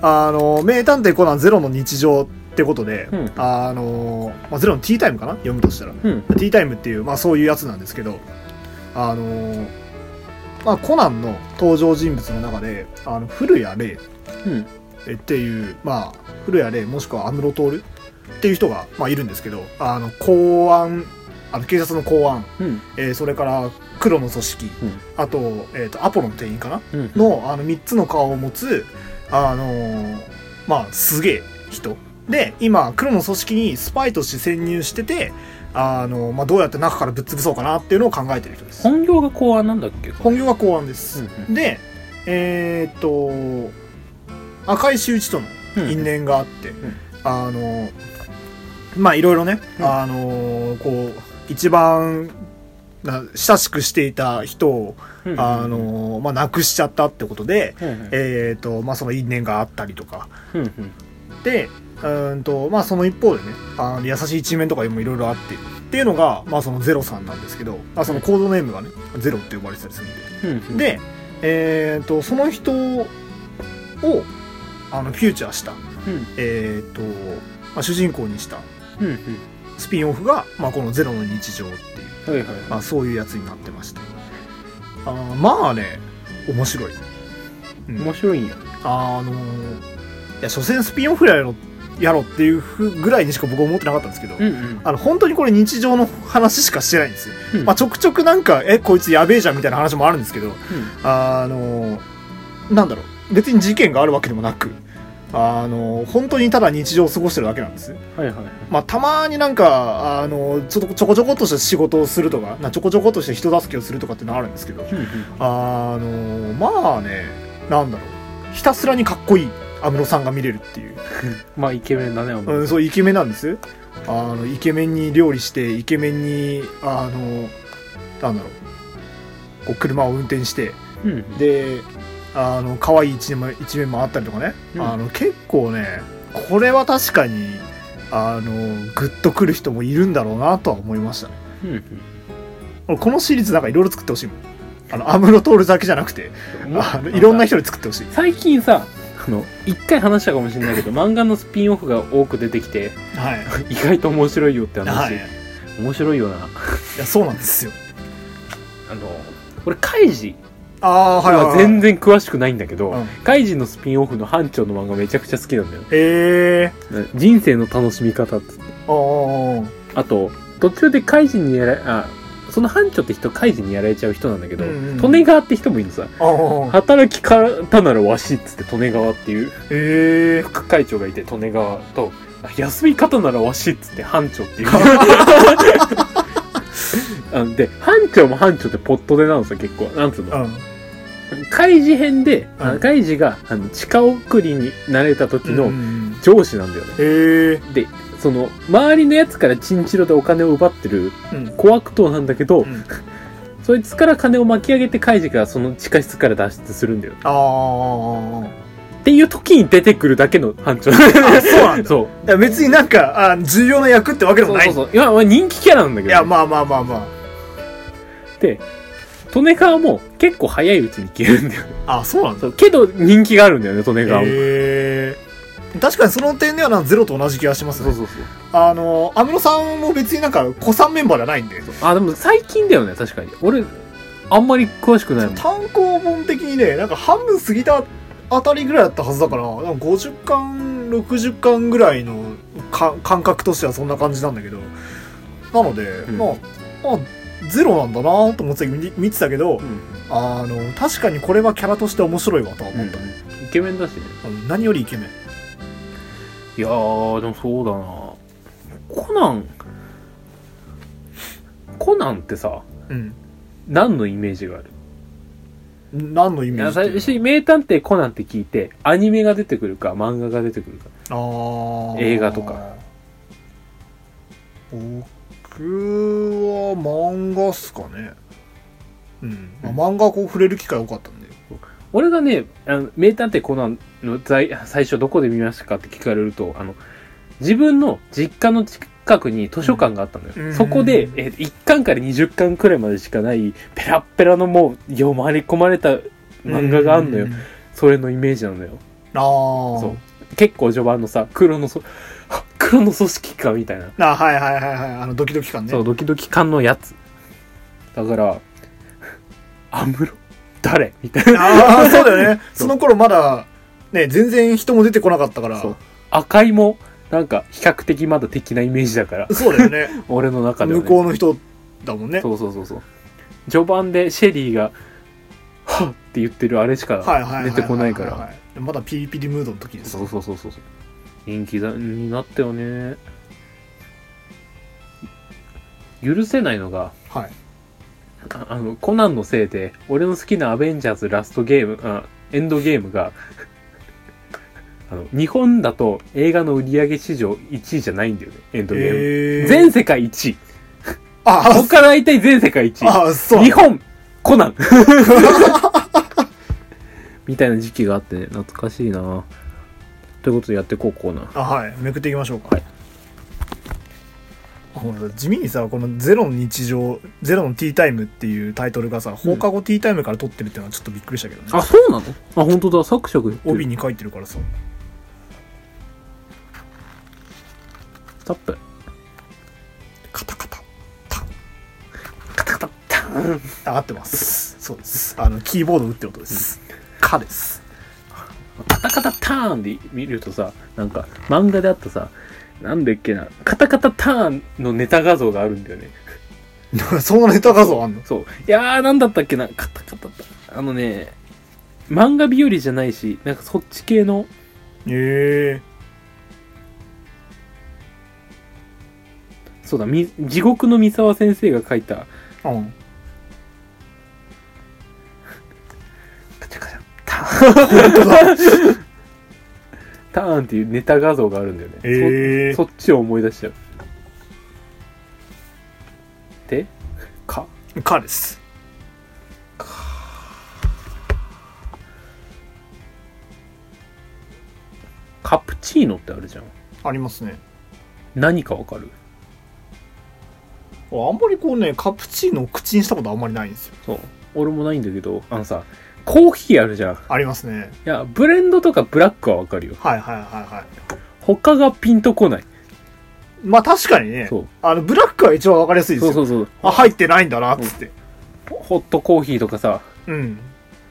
Speaker 1: ああの「名探偵コナンゼロの日常」ってことで、
Speaker 2: うん
Speaker 1: あの、まあ、ゼロのティータイムかな読むとしたら
Speaker 2: うん
Speaker 1: ティータイムっていう、まあ、そういうやつなんですけどあの、まあ、コナンの登場人物の中であの古谷霊
Speaker 2: うん
Speaker 1: っていう、まあ、古谷霊もしくは安室徹っていう人が、まあ、いるんですけどあの公安あの警察の公安、
Speaker 2: うん
Speaker 1: えーそれから黒の組織あと,、えー、とアポロの店員かな
Speaker 2: うん
Speaker 1: のあの3つの顔を持つあのーまあすげえ人で今黒の組織にスパイとして潜入しててあのーまあ、どうやって中からぶっ潰そうかなっていうのを考えてる人です
Speaker 2: 本業が公安なんだっけ
Speaker 1: 本業は公安です、
Speaker 2: うんうん
Speaker 1: でえーっと赤い周知との
Speaker 2: うん
Speaker 1: 因縁があって、
Speaker 2: ん
Speaker 1: あのーまあいろいろね、
Speaker 2: うん
Speaker 1: あのーこう一番な親しくしていた人を、
Speaker 2: うん
Speaker 1: あのーまあ、亡くしちゃったってことで、
Speaker 2: うんうん
Speaker 1: えーとまあ、その因縁があったりとか
Speaker 2: うんうん
Speaker 1: でうーんと、まあ、その一方でねあの優しい一面とかもいろいろあってっていうのが、まあ、そのゼロさんなんですけど、まあ、そのコードネームがねゼロって呼ばれてたりするんで
Speaker 2: うんうん
Speaker 1: で、えー、とその人をあのフューチャーした、
Speaker 2: うん
Speaker 1: えーとまあ、主人公にした
Speaker 2: うん
Speaker 1: スピンオフが、まあ、この「ゼロの日常」っていう、
Speaker 2: うんはいはい
Speaker 1: まあ、そういうやつになってましてあーまあね面白い、うん
Speaker 2: 面白いんや
Speaker 1: あのーいや所詮スピンオフやろやろっていうふぐらいにしか僕は思ってなかったんですけど、
Speaker 2: うんうん
Speaker 1: あの本当にこれ日常の話しかしてないんですよ、
Speaker 2: うん
Speaker 1: まあ、ちょくちょくなんかえこいつやべえじゃんみたいな話もあるんですけど
Speaker 2: うん
Speaker 1: あのなんだろう別に事件があるわけでもなくあの本当にただ日常を過ごしてるだけなんです
Speaker 2: はいはいはい
Speaker 1: まあたまになんかあのちょっとちょこちょこっとした仕事をするとかなちょこちょこっとした人助けをするとかってのはあるんですけど
Speaker 2: うんうん
Speaker 1: あのまあねなんだろうひたすらにかっこいい安室さんが見れるっていう、
Speaker 2: まあイケメンだねお前
Speaker 1: うん、そうイケメンなんですあのイケメンに料理してイケメンにあのなんだろうこう車を運転して
Speaker 2: うんうん
Speaker 1: であの可愛い一面も一面もあったりとかね、
Speaker 2: うん
Speaker 1: あの結構ねこれは確かにあのグッとくる人もいるんだろうなとは思いましたね
Speaker 2: うん
Speaker 1: 俺このシリーズなんかいろいろ作ってほしいもんあの安室徹だけじゃなくて
Speaker 2: うんもう
Speaker 1: あのいろんな人に作ってほしい
Speaker 2: 最近さあの一回話したかもしれないけど漫画のスピンオフが多く出てきて
Speaker 1: はい
Speaker 2: 意外と面白いよって
Speaker 1: はい
Speaker 2: 話、
Speaker 1: い
Speaker 2: 面白いよな
Speaker 1: やそうなんですよ
Speaker 2: あの俺カイジ
Speaker 1: ああーはいはい、
Speaker 2: は
Speaker 1: はい、
Speaker 2: 全然詳しくないんだけど、
Speaker 1: うん
Speaker 2: カイジのスピンオフの班長の漫画めちゃくちゃ好きなんだよ
Speaker 1: え
Speaker 2: 人生の楽しみ方っつって
Speaker 1: ー、あー
Speaker 2: あと途中でカイジにやらあその班長って人カイジにやられちゃう人なんだけど、
Speaker 1: うんうん
Speaker 2: 利根川って人もいるのさ
Speaker 1: あー
Speaker 2: 働き方ならわしっつって利根川っていう
Speaker 1: えー、
Speaker 2: 副会長がいて利根川とあ休み方ならわしっつって班 長っていうあで班長も班長ってポットでなのさ結構なんつう
Speaker 1: う
Speaker 2: の
Speaker 1: ん
Speaker 2: 開示編であ
Speaker 1: うん
Speaker 2: 開示があの地下送りになれた時
Speaker 1: う
Speaker 2: の
Speaker 1: ん
Speaker 2: 上司なんだよね、
Speaker 1: えー、
Speaker 2: でその周りのやつからチンチロでお金を奪ってる
Speaker 1: うん
Speaker 2: 小悪党なんだけど、
Speaker 1: うん
Speaker 2: そいつから金を巻き上げて開示がその地下室から脱出するんだよ
Speaker 1: あー
Speaker 2: っていう時に出てくるだけの班長
Speaker 1: あそうなんだ
Speaker 2: そう
Speaker 1: いや別になんかあ重要な役ってわけでも
Speaker 2: そう
Speaker 1: ない
Speaker 2: そうそういやまあ人気キャラなんだけ
Speaker 1: い
Speaker 2: ど
Speaker 1: やまあまあまあま
Speaker 2: で利根川も結構早いうちに消えるんだよね
Speaker 1: ああそうなんだ
Speaker 2: そうけど人気があるんだよね利根川も、
Speaker 1: へえ確かにその点ではなんかゼロと同じ気がします
Speaker 2: そう
Speaker 1: ね
Speaker 2: そうそう
Speaker 1: あの安室さんも別になんか子さんメンバーじゃないんで
Speaker 2: あでも最近だよね確かに俺あんまり詳しくないもん
Speaker 1: 単行本的にねなんか半分過ぎたあたりぐらいだったはずだからなんか50巻60巻ぐらいのか感覚としてはそんな感じなんだけどなので、
Speaker 2: ん
Speaker 1: まあまあゼロなんだなと思って見見てたけど、
Speaker 2: うん
Speaker 1: あの確かにこれはキャラとして面白いわとは思った、
Speaker 2: イケメンだしね
Speaker 1: うん何よりイケメン
Speaker 2: いやーでもそうだなコナンコナンってさ
Speaker 1: うん
Speaker 2: 何のイメージがある
Speaker 1: 何のイ
Speaker 2: い
Speaker 1: メー
Speaker 2: や
Speaker 1: ジ
Speaker 2: 最
Speaker 1: って
Speaker 2: 初
Speaker 1: いう
Speaker 2: に名探偵コナンって聞いてアニメが出てくるか漫画が出てくるか
Speaker 1: のあー
Speaker 2: 映画とか
Speaker 1: 僕は漫画っすかねうん、まあ、漫画こう触れる機会多かったんで
Speaker 2: 俺がねあの名探偵コナンの在最初どこで見ましたかって聞かれるとあの自分の実家の近くに図書館があったのよ、
Speaker 1: うん
Speaker 2: そこで、
Speaker 1: うん
Speaker 2: え1巻から20巻くらいまでしかないペラッペラのもう読まれ込まれた漫画があんのよ、
Speaker 1: う
Speaker 2: それのイメージなのよ
Speaker 1: ああ
Speaker 2: そう結構序盤のさ黒のそは黒の組織かみたいな、
Speaker 1: あはいはいはいはいあのドキドキ感ね
Speaker 2: そうドキドキ感のやつだから「アムロ誰?」みたいな
Speaker 1: ああそうだよね
Speaker 2: そう
Speaker 1: その頃まだね全然人も出てこなかったから
Speaker 2: そう
Speaker 1: そ
Speaker 2: 赤いもなんか比較的まだ的なイメージだから
Speaker 1: うだよね
Speaker 2: 俺の中では、
Speaker 1: 向
Speaker 2: ね、
Speaker 1: こうの人だもんね
Speaker 2: そうそうそうそう序盤でシェリーが「はっ!」って言ってるあれし
Speaker 1: はい
Speaker 2: か
Speaker 1: はいはいはい
Speaker 2: 出てこないから、
Speaker 1: ははまだピリピリムードの時です
Speaker 2: そうそうそうそうそう人気だになったよね許せないのが
Speaker 1: はい
Speaker 2: ああの、コナンのせいで、俺の好きなアベンジャーズラストゲーム、あエンドゲームが、 あの、日本だと映画の売り上げ市場1位じゃないんだよね、エンドゲーム。
Speaker 1: えー
Speaker 2: 全世界1位。
Speaker 1: あ
Speaker 2: 他大体全世界1位。
Speaker 1: ああそう
Speaker 2: 日本、コナン みたいな時期があってね、懐かしいなということでやってこう、コーナー。
Speaker 1: あはいめくっていきましょうか、ほら地味にさこの「ゼロの日常ゼロのティータイム」っていうタイトルがさ放課後ティータイムから撮ってるっていうのはちょっとびっくりしたけどね、
Speaker 2: あ、そうなのあ、本当だ、サクサク言ってる
Speaker 1: 帯に書いてるからさ
Speaker 2: スタップ。
Speaker 1: カタカタタン
Speaker 2: カタカタ、タン
Speaker 1: あ合ってますそうですあのキーボード打ってる音です「カ」です
Speaker 2: カタカタターンで見るとさ、なんか漫画であったさ、なんだっけな、カタカタターンのネタ画像があるんだよね。
Speaker 1: そのネタ画像あんの
Speaker 2: そう。いやー、なんだったっけな、カタカタタあのね、漫画日和じゃないし、なんかそっち系の、
Speaker 1: ええ
Speaker 2: そうだ、み地獄の三沢先生が書いた、
Speaker 1: うん
Speaker 2: カタカタターン。 ターンっていうネタ画像があるんだよね。
Speaker 1: へー
Speaker 2: そそっちを思い出しちゃう。で、か、
Speaker 1: 「カ」です
Speaker 2: カプチーノってあるじゃん。
Speaker 1: ありますね
Speaker 2: 何かわかる
Speaker 1: あんまりこうねカプチーノを口にしたことあんまりないんですよ
Speaker 2: そう俺もないんだけどあのさコーヒーあるじゃんい
Speaker 1: ありますね
Speaker 2: やブレンドとかブラックはわかるよ
Speaker 1: はいはいはいはい
Speaker 2: 他がピンとこない
Speaker 1: まあ確かにね
Speaker 2: そう
Speaker 1: あのブラックは一番わかりやすいです
Speaker 2: そう
Speaker 1: よ
Speaker 2: そうそう
Speaker 1: あ入ってないんだなっつって
Speaker 2: ホホットコーヒーとかさ
Speaker 1: うん、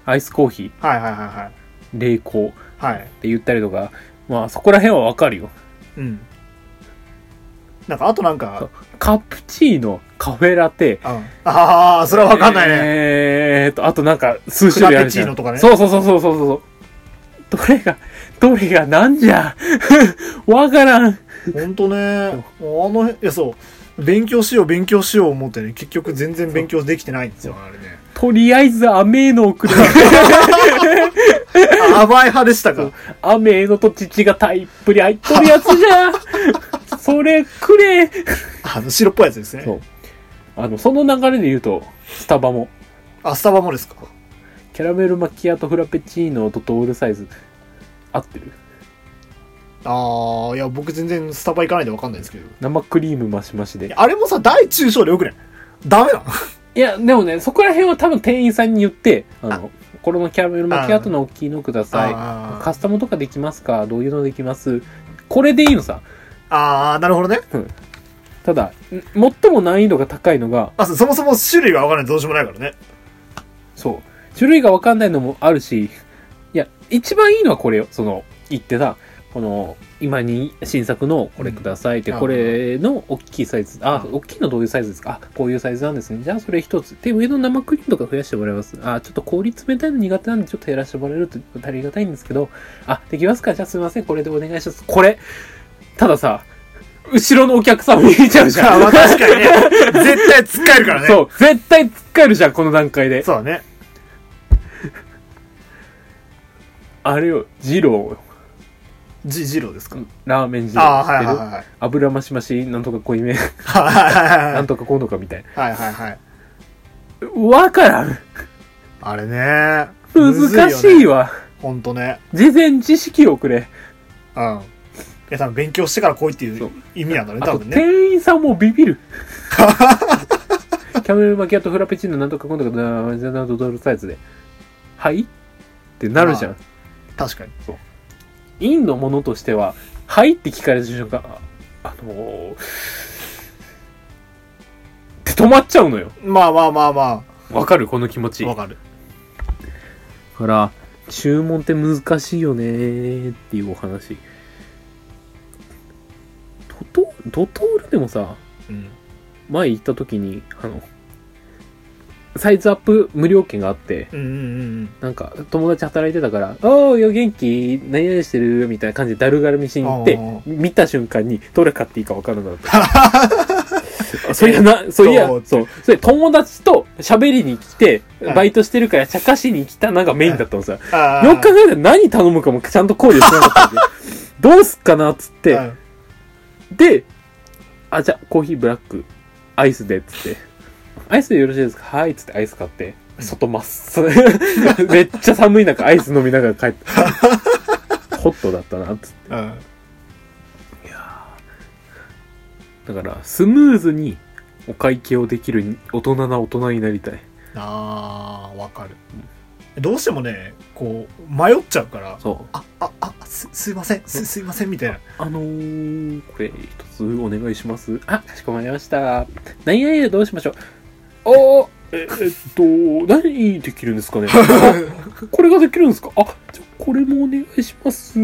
Speaker 2: アイスコーヒー
Speaker 1: はいはいはいはい
Speaker 2: 冷凍っ
Speaker 1: はい
Speaker 2: て言ったりとかまあそこら辺はわかるよ
Speaker 1: うんなんかあとなん
Speaker 2: そ
Speaker 1: か
Speaker 2: うカプチーノカフェラテ
Speaker 1: うんああそれはわかんないね、
Speaker 2: えーとあとなんか数種類あるじゃん
Speaker 1: フラペチーノとかね
Speaker 2: そうそうそうそうそうそうどれがどれがなんじゃ わからん
Speaker 1: ほんとねあのいやそう勉強しよう勉強しよう思ってね結局全然勉強できてないんですよあれね
Speaker 2: とりあえず雨の送 る
Speaker 1: あ甘い派でしたか
Speaker 2: 雨のと乳がたいっぷり入っとるやつじゃそれくれ
Speaker 1: あの白っぽいやつです
Speaker 2: そ
Speaker 1: ね
Speaker 2: うあのその流れで言うとスタバも
Speaker 1: あスタバもですか
Speaker 2: キャラメルマキアートフラペチーノとトールサイズ合ってる
Speaker 1: ああいや僕全然スタバ行かないでわかんないですけど
Speaker 2: 生クリームマシマシで
Speaker 1: あれもさ大中小でよくないダメなの
Speaker 2: いやでもねそこら辺は多分店員さんに言ってあのこれのキャラメルマキアートの大きいのください
Speaker 1: あ
Speaker 2: カスタムとかできますかどういうのできますこれでいいのさ
Speaker 1: ーあーなるほどね
Speaker 2: ただん最も難易度が高いのが
Speaker 1: あそそもそも種類がわかんないとどうしようもないからね
Speaker 2: そう。種類がわかんないのもあるし、いや、一番いいのはこれよ。その、言ってさ、この、今に新作のこれくださいって、
Speaker 1: うん
Speaker 2: これの大きいサイズ。あ、大きいのどういうサイズですかあ、こういうサイズなんですね。じゃあそれ一つ。で、上の生クリームとか増やしてもらいます。あ、ちょっと氷冷たいの苦手なんでちょっと減らしてもらえるとありがたいんですけど、あ、できますかじゃあすいません。これでお願いします。これたださ、後ろのお客さんも見えちゃうじゃん。
Speaker 1: まあ確かにね。絶対つっかえるからね。
Speaker 2: そう。絶対つっかえるじゃん、この段階で。
Speaker 1: そうだね。
Speaker 2: あれよ、二郎、
Speaker 1: ジジローですか。
Speaker 2: ラーメン二郎。
Speaker 1: ああ、はいはい
Speaker 2: 知って
Speaker 1: は
Speaker 2: る
Speaker 1: いはい。
Speaker 2: 油増し増し、なんとか濃いめ、
Speaker 1: はいはいは
Speaker 2: なん
Speaker 1: い
Speaker 2: とかこうのかみたい
Speaker 1: はいはいはい。
Speaker 2: な。わからん。
Speaker 1: あれね。むず
Speaker 2: 難し
Speaker 1: よ
Speaker 2: い
Speaker 1: ね。
Speaker 2: わ。
Speaker 1: ほんとね。
Speaker 2: 事前知識をくれ。
Speaker 1: うん。いや、多分勉強してから来いってい
Speaker 2: そう
Speaker 1: う意味なんだね、
Speaker 2: あ
Speaker 1: 多
Speaker 2: と、
Speaker 1: 分ね。
Speaker 2: 店員さんもビビる。キャメルマキアとフラペチーノなんとか今度かな、じゃなどドルサイズで。はいってなるじゃん。
Speaker 1: 確かに。
Speaker 2: インのものとしては、はいって聞かれた瞬間、ああのー、って止まっちゃうのよ。
Speaker 1: まあまあまあま
Speaker 2: わかるこの気持ち。
Speaker 1: あ、わ
Speaker 2: だ
Speaker 1: かる。
Speaker 2: から、注文って難しいよねーっていうお話。ドトドトールでもさ、
Speaker 1: うん。
Speaker 2: 前行った時に、あの、サイズアップ無料券があって、
Speaker 1: うんうん うん
Speaker 2: なんか友達働いてたから、おーよ元気何々してるみたいな感じでだるがるみしに行って
Speaker 1: おー、
Speaker 2: 見た瞬間にどれ買っていいか分からなくな った。あそういやな、そういや
Speaker 1: そう、
Speaker 2: そう。それ友達と喋りに来て
Speaker 1: うん、
Speaker 2: バイトしてるから茶化しに来たのがメインだったのさ。よ
Speaker 1: うん。あー
Speaker 2: く考えたら何頼むかもちゃんと考慮してなか ったんで。どうすっかなっつって、
Speaker 1: うん
Speaker 2: で、あ、じゃあ、コーヒーブラック、アイスで、つって。アイスでよろしいですかはい、つってアイス買って。外まっす めっちゃ寒い中、アイス飲みながら帰 った。ホットだったな、つっ
Speaker 1: うん。
Speaker 2: て。いやーだから、スムーズにお会計をできる大人な大人になりたい。
Speaker 1: あー、わかる。どうしてもね、こう、迷っちゃうから、
Speaker 2: そう。
Speaker 1: あ、あ、あ、す、すいません、す、すいません、みたい な。
Speaker 2: あのー、これ一つお願いします。あ、かしこまりました。何々でどうしましょう。ああ、ええっと、 何できるんですかね。 あこれができるんですか。あ、じゃあこれもお願いします。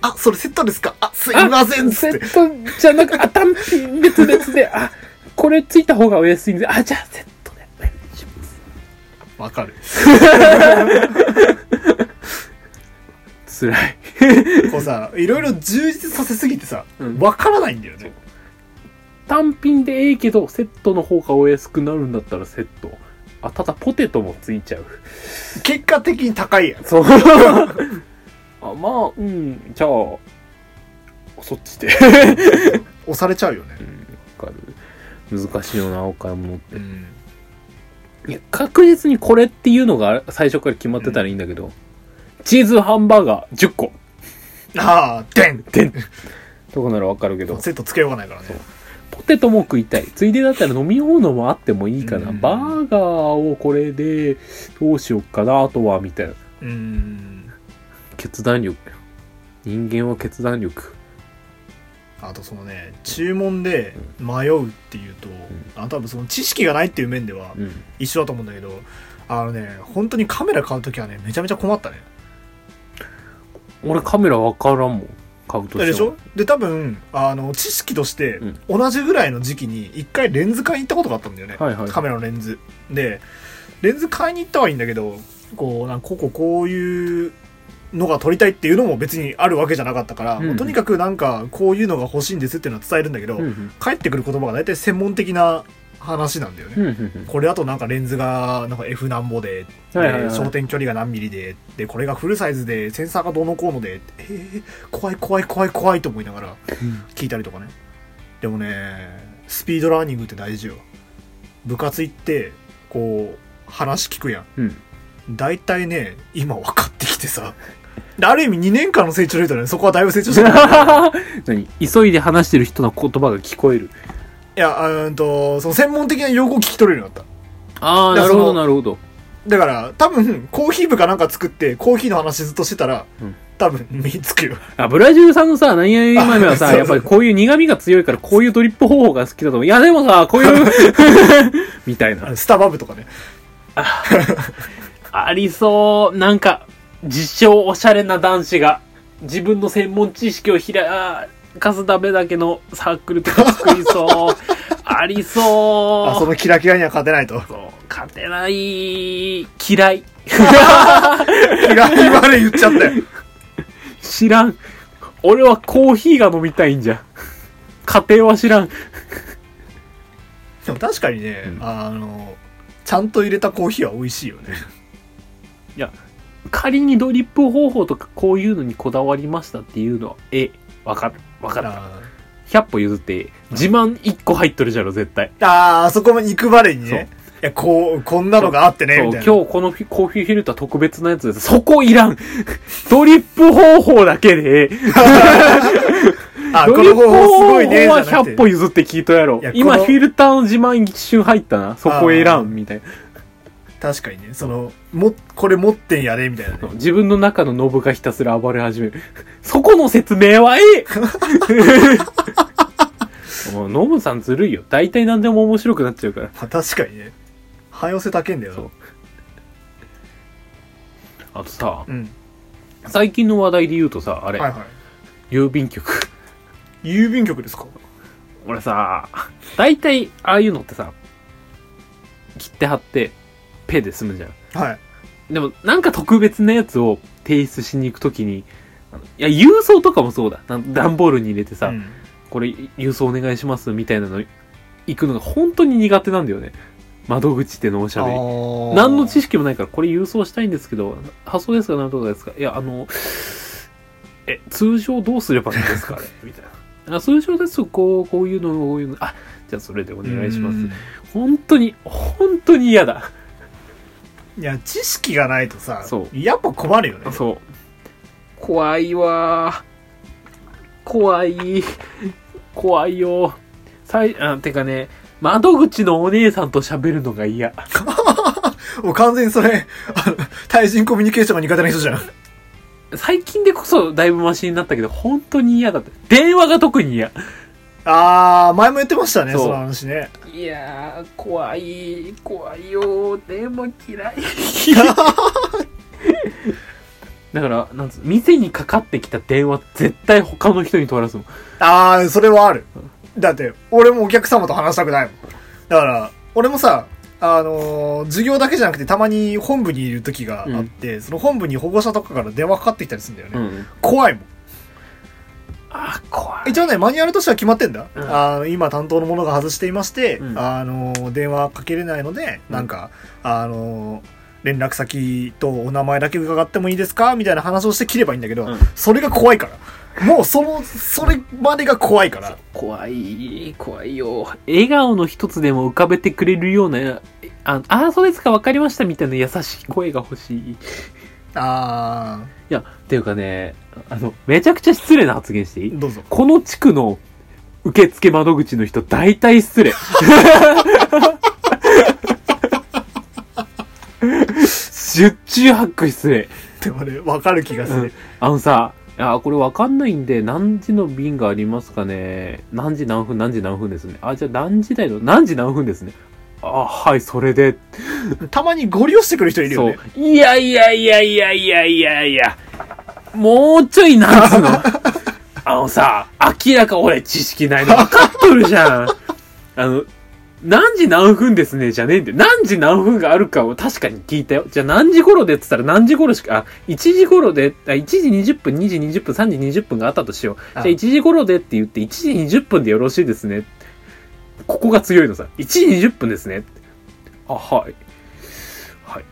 Speaker 1: あ、それセットですかあ、すいませんっつ
Speaker 2: セ
Speaker 1: って。
Speaker 2: ットじゃなく、あ、単品別々で、あ、これついた方がお安いんで、あ、じゃあセットでお願いします。
Speaker 1: わかる。
Speaker 2: つらい。
Speaker 1: こうさ、いろいろ充実させすぎてさ
Speaker 2: うん、
Speaker 1: わからないんだよね。
Speaker 2: 単品でええけど、セットの方がお安くなるんだったらセット。あ、ただポテトもついちゃう。
Speaker 1: 結果的に高いやん。
Speaker 2: そう。 あ、まあ、うん、じゃあ、そっちで。
Speaker 1: 押されちゃうよね。
Speaker 2: わかる。難しいよな、お買い物。
Speaker 1: うん。
Speaker 2: いや、確実にこれっていうのが最初から決まってたらいいんだけど、チーズハンバーガー10個
Speaker 1: あー、でん
Speaker 2: とかならわかるけど、
Speaker 1: セットつけようがないからね。
Speaker 2: ポテトも食いたい。ついでだったら飲み物もあってもいいかな。
Speaker 1: うん
Speaker 2: バーガーをこれでどうしよっかな、あとは、みたいな。
Speaker 1: うーん。
Speaker 2: 決断力。人間は決断力。
Speaker 1: あとそのね、注文で迷うっていうと、あ多分その知識がないっていう面では
Speaker 2: うん。
Speaker 1: 一緒だと思うんだけど、あのね、本当にカメラ買うときはね、めちゃめちゃ困ったね。
Speaker 2: 俺カメラわからんもん。買うとしても。
Speaker 1: でしょで、多分、あの、知識として
Speaker 2: うん、
Speaker 1: 同じぐらいの時期に一回レンズ買いに行ったことがあったんだよね。
Speaker 2: はいはい。
Speaker 1: カメラのレンズ。で、レンズ買いに行ったはいいんだけど、こう、なんかこここういうのが撮りたいっていうのも別にあるわけじゃなかったから、
Speaker 2: うん
Speaker 1: もうとにかくなんかこういうのが欲しいんですっていうのは伝えるんだけど、
Speaker 2: うんうん
Speaker 1: 返ってくる言葉が大体専門的な話なんだよね。
Speaker 2: うんうん
Speaker 1: これだとなんかレンズがなんか F 何ぼで、
Speaker 2: はいはいはい
Speaker 1: で焦点距離が何ミリで、で、これがフルサイズで、センサーがどうのこうので、えー、怖い怖い怖い怖いと思いながら
Speaker 2: うん
Speaker 1: 聞いたりとかね。でもね、スピードラーニングって大事よ。部活行って、こう、話聞くやん。
Speaker 2: うん
Speaker 1: 大体ね、今分かってきてさ。である意味2年間の成長レートだね、そこはだいぶ成 長してる。い
Speaker 2: 何急いで話してる人の言葉が聞こえる
Speaker 1: や、うーんと、その専門的な用語を聞き取れるようになった。
Speaker 2: ああ
Speaker 1: だ
Speaker 2: な
Speaker 1: から
Speaker 2: るほ
Speaker 1: そ
Speaker 2: ど
Speaker 1: の
Speaker 2: なるほど
Speaker 1: だから、多分、コーヒー部かなんか作って、コーヒーの話ずっとしてたら、
Speaker 2: うん
Speaker 1: 多分、身につくよ。
Speaker 2: あブラジルさんのさ何々豆は
Speaker 1: あ
Speaker 2: さ
Speaker 1: そう
Speaker 2: やっぱりこういう苦味が強いからこういうドリップ方法が好きだと思ういやでもさこう いうみたい
Speaker 1: あ
Speaker 2: な
Speaker 1: のスタバ部とかね。
Speaker 2: ありそうなんか自称おしゃれな男子が自分の専門知識を開かすためだけのサークルとか作り そうありそう
Speaker 1: あ、そのキラキラには勝てないと。
Speaker 2: そう勝てない嫌 い
Speaker 1: キラキラまで言っ ちゃったよ。
Speaker 2: 知らん。俺はコーヒーが飲みたいんじゃん。家庭は知らん。
Speaker 1: でも確かにね、
Speaker 2: うん
Speaker 1: あのちゃんと入れたコーヒーは美味しいよね
Speaker 2: 仮にドリップ方法とかこういうのにこだわりましたっていうのは、え、わかる。わかる。
Speaker 1: あ
Speaker 2: 100歩譲って、自慢1個入っとるじゃろ、絶対。
Speaker 1: ーあーあそこまで行くまでにねいやこうこんなのがあってね
Speaker 2: そう
Speaker 1: み
Speaker 2: 今
Speaker 1: たい
Speaker 2: 日
Speaker 1: な
Speaker 2: このフィコーヒーフィルター特別なやつです。そこいらんドリップ方法だけで、
Speaker 1: あ
Speaker 2: ド
Speaker 1: こ
Speaker 2: リッ
Speaker 1: の
Speaker 2: プ
Speaker 1: 方
Speaker 2: 方
Speaker 1: 法すごいねじ
Speaker 2: 法
Speaker 1: ゃな
Speaker 2: は
Speaker 1: く
Speaker 2: 100
Speaker 1: て
Speaker 2: 歩譲って聞いたやろ
Speaker 1: いや。
Speaker 2: 今
Speaker 1: この
Speaker 2: フィルターの自慢一瞬入ったな。そこいらん、みたいな。
Speaker 1: 確かにねそのもこれ持ってんやれみたいなね
Speaker 2: 自分の中のノブがひたすら暴れ始める。 そこの説明はええ もうノブさんずるいよ。大体何でも面白くなっちゃうから。
Speaker 1: まあ確かにね汎用性高いんだよな
Speaker 2: そうあとさ、
Speaker 1: うん
Speaker 2: 最近の話題で言うとさ、あれ、
Speaker 1: はいは
Speaker 2: 郵便局。
Speaker 1: い郵便局ですか
Speaker 2: 俺さ、大体ああいうのってさ、切って貼って、ペで済むじゃん。
Speaker 1: はい
Speaker 2: でも、なんか特別なやつを提出しに行くときに、あのいや、郵送とかもそうだ。なん段ボールに入れてさ、
Speaker 1: うん
Speaker 2: これ郵送お願いしますみたいなの行くのが本当に苦手なんだよね窓口でのおしゃべり
Speaker 1: あー
Speaker 2: 何の知識もないからこれ郵送したいんですけど発送ですか何とかですかいやあのえ通常どうすればいいですかあれみたい なあ通常ですとこうこういうのこういうのあじゃあそれでお願いしま
Speaker 1: う
Speaker 2: す
Speaker 1: ん
Speaker 2: 本当に本当に嫌だ
Speaker 1: いや知識がないとさ
Speaker 2: そう
Speaker 1: やっぱ困るよね
Speaker 2: そう怖いわ怖い怖いよさいあてかね窓口のお姉さんと喋るのが嫌
Speaker 1: もう完全にそれあの対人コミュニケーションが苦手な人じゃん
Speaker 2: 最近でこそだいぶマシになったけど本当に嫌だって電話が特に嫌
Speaker 1: あー前も言ってましたね
Speaker 2: そう
Speaker 1: その話ね
Speaker 2: いやー怖い怖いよでも嫌いだからなんつう店にかかってきた電話絶対他の人に取らすもん
Speaker 1: ああそれはあるだって俺もお客様と話したくないもんだから俺もさあのー授業だけじゃなくてたまに本部にいる時があって、その本部に保護者とかから電話かかってきたりするんだよね、
Speaker 2: うん
Speaker 1: 怖いもん
Speaker 2: あー怖い
Speaker 1: 一応ねマニュアルとしては決まってんだ、
Speaker 2: うん
Speaker 1: あの今担当の者が外していまして、
Speaker 2: うん
Speaker 1: あの電話かけれないので、
Speaker 2: うん
Speaker 1: なんかあの連絡先とお名前だけ伺ってもいいですかみたいな話をして切ればいいんだけど、
Speaker 2: うん
Speaker 1: それが怖いからもうそのそれまでが怖いから
Speaker 2: 怖い怖いよ笑顔の一つでも浮かべてくれるようなああーそうですか分かりましたみたいな優しい声が欲しい
Speaker 1: あ
Speaker 2: いや、っていうかね、あの、めちゃくちゃ失礼な発言してい
Speaker 1: ー
Speaker 2: い
Speaker 1: どうぞ
Speaker 2: この地区の受付窓口の人、大体失礼。 しゅっちゅう発く失礼。
Speaker 1: でもね分かる気がする、
Speaker 2: あのさ、あ、これわかんないんで、何時の便がありますかね何時何分、何時何分ですね。あ、じゃあ何時台の、何時何分ですね。あ、はい、それで。
Speaker 1: たまにご利用してくる人いるよ
Speaker 2: そ
Speaker 1: ね
Speaker 2: う。いやいやいやいやいやいやいや。もうちょいなんつうの。 あのさ、明らか俺知識ないの分かっとるじゃん。あの、何時何分ですね、じゃねえんだよ。何時何分があるかを確かに聞いたよ。じゃあ何時頃でって言ったら何時頃しか、あ、1時頃で、あ、1時20分、2時20分、3時20分があったとしよう。じゃあ
Speaker 1: あ
Speaker 2: 1時頃でって言って、1時20分でよろしいですね。ここが強いのさ。1時20分ですね。あ、はい。はい。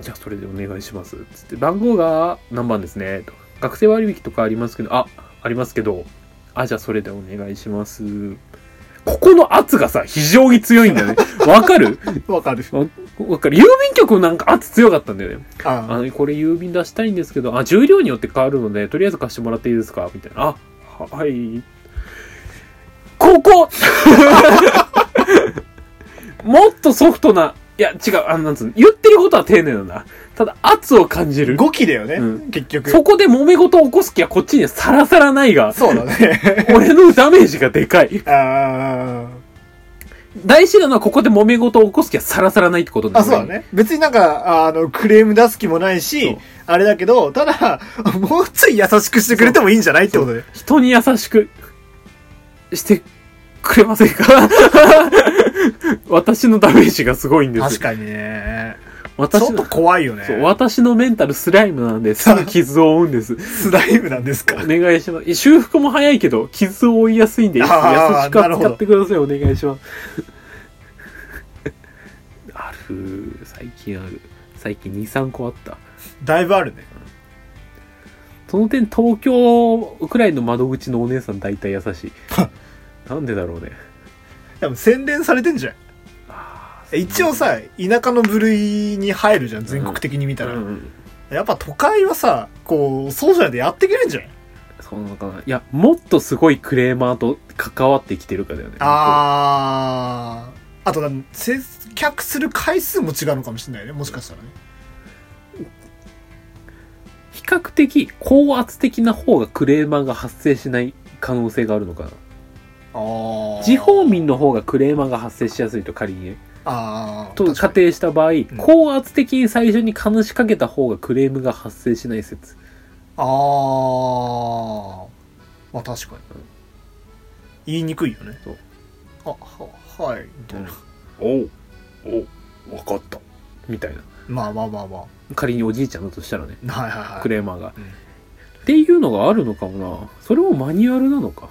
Speaker 2: じゃあそれでお願いします。つって、番号が何番ですね。と学生割引とかありますけど、あ、ありますけど、あ、じゃあそれでお願いします。ここの圧がさ、非常に強いんだよね。わかる
Speaker 1: 分かる
Speaker 2: わかる郵便局なんか圧強かったんだよね。あ
Speaker 1: あ
Speaker 2: の、これ郵便出したいんですけど、あ、重量によって変わるので、とりあえず貸してもらっていいですかみたいな。あ、ははい。ここ もっとソフトな、いや、違う、あの、なんつうの、言ってることは丁寧なんだ。ただ、圧を感じ
Speaker 1: ー
Speaker 2: る。
Speaker 1: 語気だよね、
Speaker 2: うん
Speaker 1: 結局
Speaker 2: そこで揉め事を起こす気はこっちにはさらさらないが、
Speaker 1: そうだ ね
Speaker 2: 俺のダメージがでかい。
Speaker 1: あー
Speaker 2: 大事なのはここで揉め事を起こす気はさらさらないってことだ
Speaker 1: あ、そうだ。ね。別になんか、あの、クレーム出す気もない
Speaker 2: そう
Speaker 1: し、あれだけど、ただ、 もうつい優しくしてくれてもいいんじゃないってことで。
Speaker 2: 人に優しくしてくれま せんか私のダメージがすごいんです
Speaker 1: 確かにね。ち
Speaker 2: 私
Speaker 1: ょっと
Speaker 2: の
Speaker 1: 怖いよね
Speaker 2: そう私のメンタルスライムな んですぐ傷を負うんです
Speaker 1: スライムなんですか
Speaker 2: お願いします修復も早いけど傷を負いやすいんで優し
Speaker 1: あー
Speaker 2: く
Speaker 1: なるほど
Speaker 2: 扱ってくださいお願いします ある最近ある最近23個あった
Speaker 1: だいぶあるね
Speaker 2: その点東京くらいの窓口のお姉さん大体優 しいなんでだろうね
Speaker 1: 多分洗練されてんじゃん
Speaker 2: あー
Speaker 1: 一応さ田舎の部類に入るじゃん全国的に見たら、
Speaker 2: うんうん
Speaker 1: やっぱ都会はさこうそうじゃないとやっていけるんじゃない
Speaker 2: そうなのかないやもっとすごいクレーマーと関わってきてるかだよね
Speaker 1: あーあと接客する回数も違うのかもしれないねもしかしたらね
Speaker 2: 比較的高圧的な方がクレーマーが発生しない可能性があるのかな
Speaker 1: ああ
Speaker 2: 地方民の方がクレーマーが発生しやすいと仮にね
Speaker 1: ああ
Speaker 2: と仮定した場合、
Speaker 1: ん
Speaker 2: 高圧的に最初に話しかけた方がクレームが発生しない説
Speaker 1: ああまあ確かに言いにくいよね
Speaker 2: そう
Speaker 1: あははいみたいな、
Speaker 2: おうおう分かったみたいな
Speaker 1: まあまあまあま
Speaker 2: 仮におじいちゃんだとしたらね
Speaker 1: あはいはいはい
Speaker 2: クレーマーが、
Speaker 1: うん
Speaker 2: っていうのがあるのかもなそれもマニュアルなのか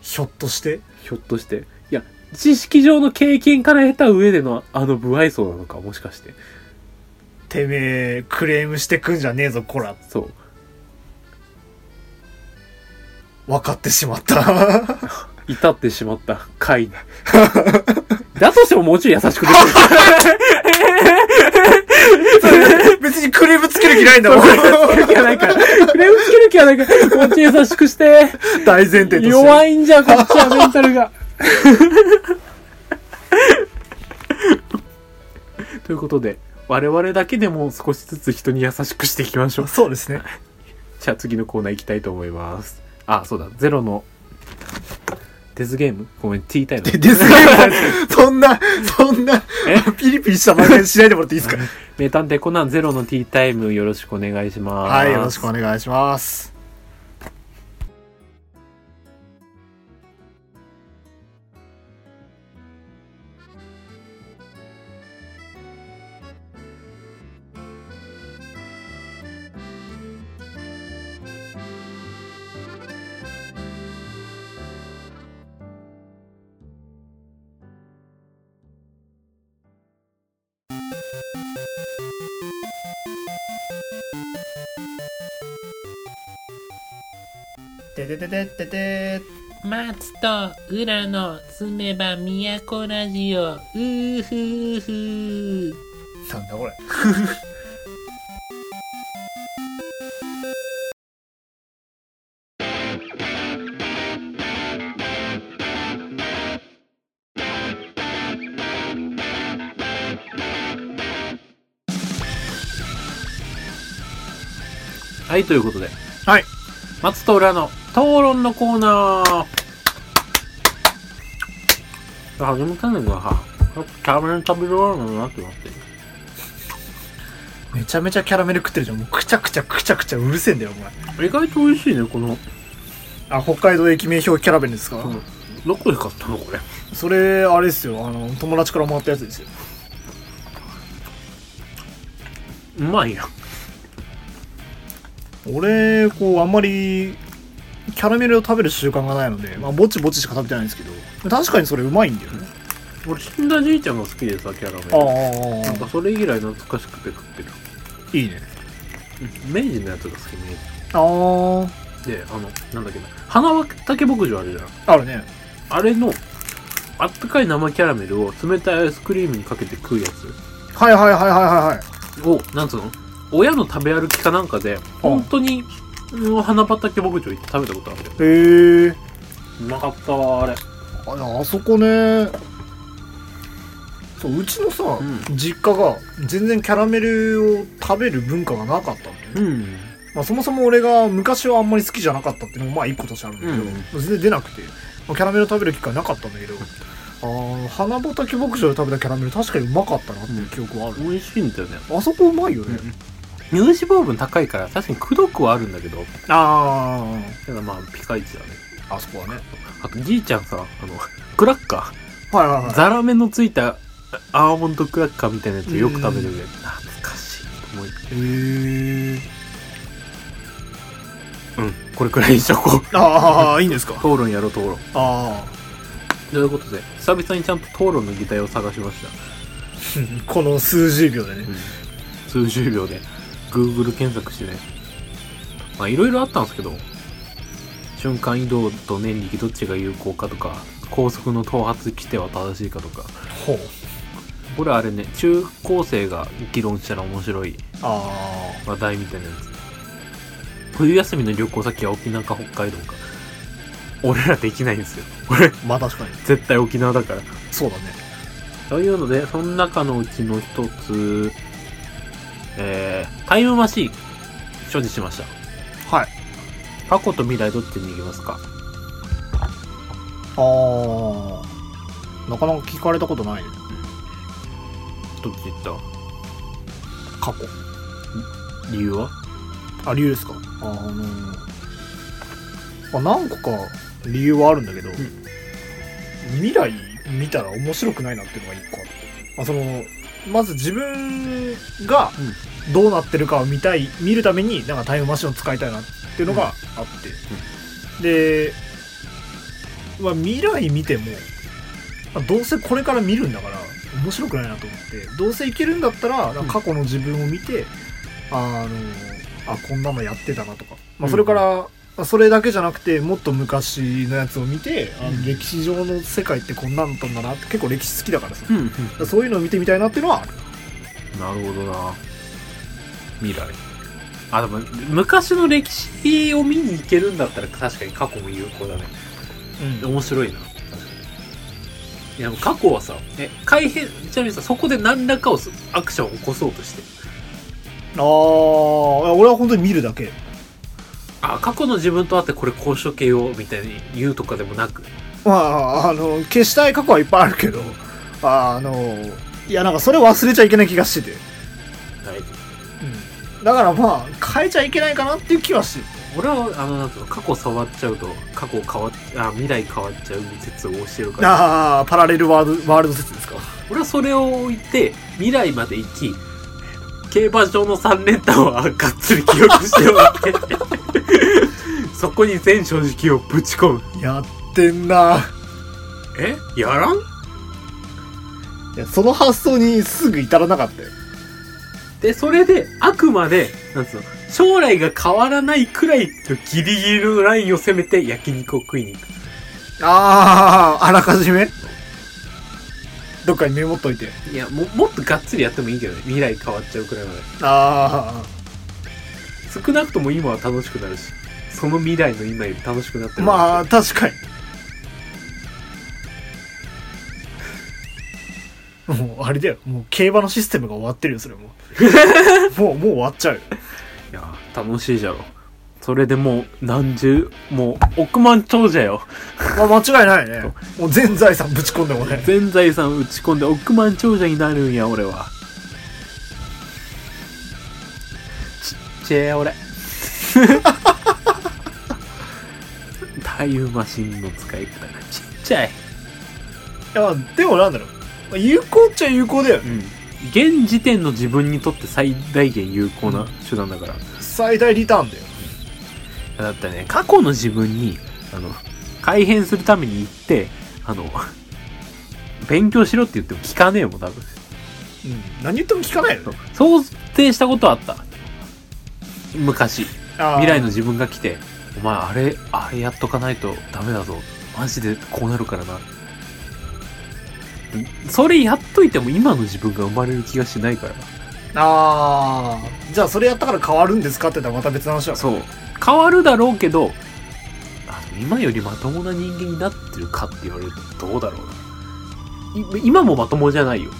Speaker 1: ひょっとして
Speaker 2: ひょっとしていや知識上の経験から得た上でのあの無愛想なのかもしかして
Speaker 1: てめえクレームしてくんじゃねえぞこら
Speaker 2: そう
Speaker 1: 分かってしまった
Speaker 2: 至ってしまった回 にだとしてももうちょい優しくできる
Speaker 1: 別にクレームつける気ないんだもん
Speaker 2: 気はないからクレームつける気はないからもうちょい優しくして
Speaker 1: 大前提として
Speaker 2: 弱いんじゃこっちはメンタルがということで我々だけでも少しずつ人に優しくしていきましょう
Speaker 1: そうですね
Speaker 2: じゃあ次のコーナー行きたいと思います。あ、そうだ、ゼロの、デスゲームごめん、ティータイム。
Speaker 1: でですねそんなそんな
Speaker 2: え
Speaker 1: ピリピリした番組しないでもらっていいですか
Speaker 2: 名探偵コナンゼロのティータイムよろしくお願いします。
Speaker 1: はいよろしくお願いしますでででででで
Speaker 3: 松と浦の住めば都ラジオうーふーふー
Speaker 1: なんだこれ
Speaker 2: はい、ということで。
Speaker 1: はい。
Speaker 2: 松と裏の討論のコーナー。あ、でもたねんが、キャラメル食べ終わるのなってなって。
Speaker 1: めちゃめちゃキャラメル食ってるじゃんもうくちゃくちゃくちゃくちゃうるせえんだよお前
Speaker 2: 意外と美味しいね、この、
Speaker 1: あ北海道駅名標キャラメルですか、
Speaker 2: このどこで買ったのこれ。
Speaker 1: それあれですよあの友達からもらったやつですよ
Speaker 2: うまいや。
Speaker 1: 俺こうあんまりキャラメルを食べる習慣がないので、まあ、ぼちぼちしか食べてないんですけど確かにそれうまいんだよね
Speaker 2: 俺、死んだじいちゃんが好きでさ、キャラメル。なんか
Speaker 1: あ
Speaker 2: それ以来懐かしくて食ってる。
Speaker 1: あいいね
Speaker 2: 明治のやつが好きね。
Speaker 1: あー
Speaker 2: で、あの、なんだっけな、花畑牧場あるじゃん。
Speaker 1: あるね
Speaker 2: あれの、あったかい生キャラメルを冷たいアイスクリームにかけて食うやつ
Speaker 1: はいはいはいはいはいはい
Speaker 2: を、なんつうの親の食べ歩きかなんかで、本当に、うん花畑牧場行って食べたことあるよ。
Speaker 1: へえ
Speaker 2: うまかったわ、あれ。
Speaker 1: ああそこねそううちのさ、
Speaker 2: う
Speaker 1: 実家が全然キャラメルを食べる文化がなかったんだよね、
Speaker 2: うん。
Speaker 1: まあ、そもそも俺が昔はあんまり好きじゃなかったっていうのもまあ一個としてあるんだけど、
Speaker 2: うん
Speaker 1: 全然出なくて、まあ、キャラメル食べる機会なかったんだけどあー花畑牧場で食べたキャラメル確かにうまかったなっていう記憶はある、
Speaker 2: 美味しいんだよね。
Speaker 1: あそこうまいよね、
Speaker 2: 乳脂肪分高いから、確かにくどくはあるんだけど、
Speaker 1: あ
Speaker 2: ただまあ、ピカイチだね。
Speaker 1: ああそこはね
Speaker 2: あと、じいちゃんさ、あの、クラッカー。
Speaker 1: はいはいはい
Speaker 2: ザラメのついたアーモンドクラッカーみたいなやつをよく食べてるやつ懐かしいと思い
Speaker 1: へえ
Speaker 2: うんこれくらいにしとこう
Speaker 1: ああいいんですか
Speaker 2: 討論やろう討論
Speaker 1: あ
Speaker 2: ということで久々にちゃんと討論の擬態を探しました
Speaker 1: あこの数十秒でね
Speaker 2: 数十秒で Google 検索してねまあいろいろあったんですけど瞬間移動と念力どっちが有効かとか高速の頭髪規定は正しいかとか
Speaker 1: ほう
Speaker 2: これあれね中高生が議論したら面白い
Speaker 1: あ
Speaker 2: 話題みたいなやつ冬休みの旅行先は沖縄か北海道か俺らできないんですよ俺
Speaker 1: あまあ確かに
Speaker 2: 絶対沖縄だから
Speaker 1: そうだね
Speaker 2: というのでその中のうちの一つえー、タイムマシーン所持しました
Speaker 1: はい
Speaker 2: 過去と未来どっちに行きますか
Speaker 1: ああなかなか聞かれたことないね
Speaker 2: どっち行った
Speaker 1: 過去
Speaker 2: 理由は
Speaker 1: あ理由ですかあのー、あ何個か理由はあるんだけど、未来見たら面白くないなっていうのが一個あってあそのまず自分がどうなってるかを見たい見るためになんかタイムマシンを使いたいなっていうのがあって、で、まあ、未来見ても、まあどうせこれから見るんだから面白くないなと思ってどうせいけるんだったらなんか過去の自分を見て、あのあこんなのやってたなとか、まあ、それから、まあそれだけじゃなくてもっと昔のやつを見てあの歴史上の世界ってこんなんだったんだなって結構歴史好きだからさ、
Speaker 2: うんうん
Speaker 1: そういうのを見てみたいなっていうのはある
Speaker 2: なるほどな未来あでも昔の歴史を見に行けるんだったら確かに過去も有効だね面白いな確かにいや過去はさえ改変ちなみにさそこで何らかをすアクションを起こそうとして
Speaker 1: ああ俺は本当に見るだけ
Speaker 2: あ過去の自分と会ってこれこうしとけよみたいに言うとかでもなく
Speaker 1: まああの消したい過去はいっぱいあるけどああのいやなんかそれ忘れちゃいけない気がしてて、
Speaker 2: はい
Speaker 1: だからまあ変えちゃいけないかなっていう気はしてる
Speaker 2: 俺はあのなんつうの過去触っちゃうと過去変わっあ未来変わっちゃう説を教えるから
Speaker 1: ああパラレルワールドワールド説ですか
Speaker 2: 俺はそれを置いて未来まで行き競馬場の3連単はがっつり記憶しておいてそこに全正直をぶち込む
Speaker 1: やってんな
Speaker 2: えやらん
Speaker 1: いやその発想にすぐ至らなかったよ
Speaker 2: で、それで、あくまで、なんつうの、将来が変わらないくらいのギリギリのラインを攻めて焼肉を食いに行く。
Speaker 1: あああらかじめどっかにメモっといて
Speaker 2: いや、も、もっとがっつりやってもいいけどね。未来変わっちゃうくらいまで。
Speaker 1: あ
Speaker 2: 少なくとも今は楽しくなるし、その未来の今より楽しくなって
Speaker 1: あ
Speaker 2: る。
Speaker 1: まあ、確かにもうあれだよもう競馬のシステムが終わってるよそれ もうもうもう終わっちゃうよ
Speaker 2: いや、楽しいじゃろ。それでもう、何十、もう、億万長者よ。
Speaker 1: まあ、間違いないねもう全財産ぶち込んでもね
Speaker 2: 全財産打ち込んで億万長者になるんや、俺は。ちっちゃい俺。 タイムマシンの使い方がちっちゃい。
Speaker 1: いやでもなんだろうまあ有効っちゃ有効だよね
Speaker 2: 現時点の自分にとって最大限有効な手段だから。
Speaker 1: 最大リターンだよ
Speaker 2: だってね、過去の自分に、あの、改変するために行って、あの、勉強しろって言っても聞かねえもん、多分。
Speaker 1: うん何言っても聞かないよね
Speaker 2: 想定したことはあった。昔。未来の自分が来て、お前あれ、あれやっとかないとダメだぞ。マジでこうなるからな。それやっといても今の自分が生まれる気がしないからな。
Speaker 1: ああじゃあそれやったから変わるんですかって言ったらまた別の話だもん
Speaker 2: そう。変わるだろうけど、あでも今よりまともな人間になってるかって言われるとどうだろうな。い今もまともじゃないよ。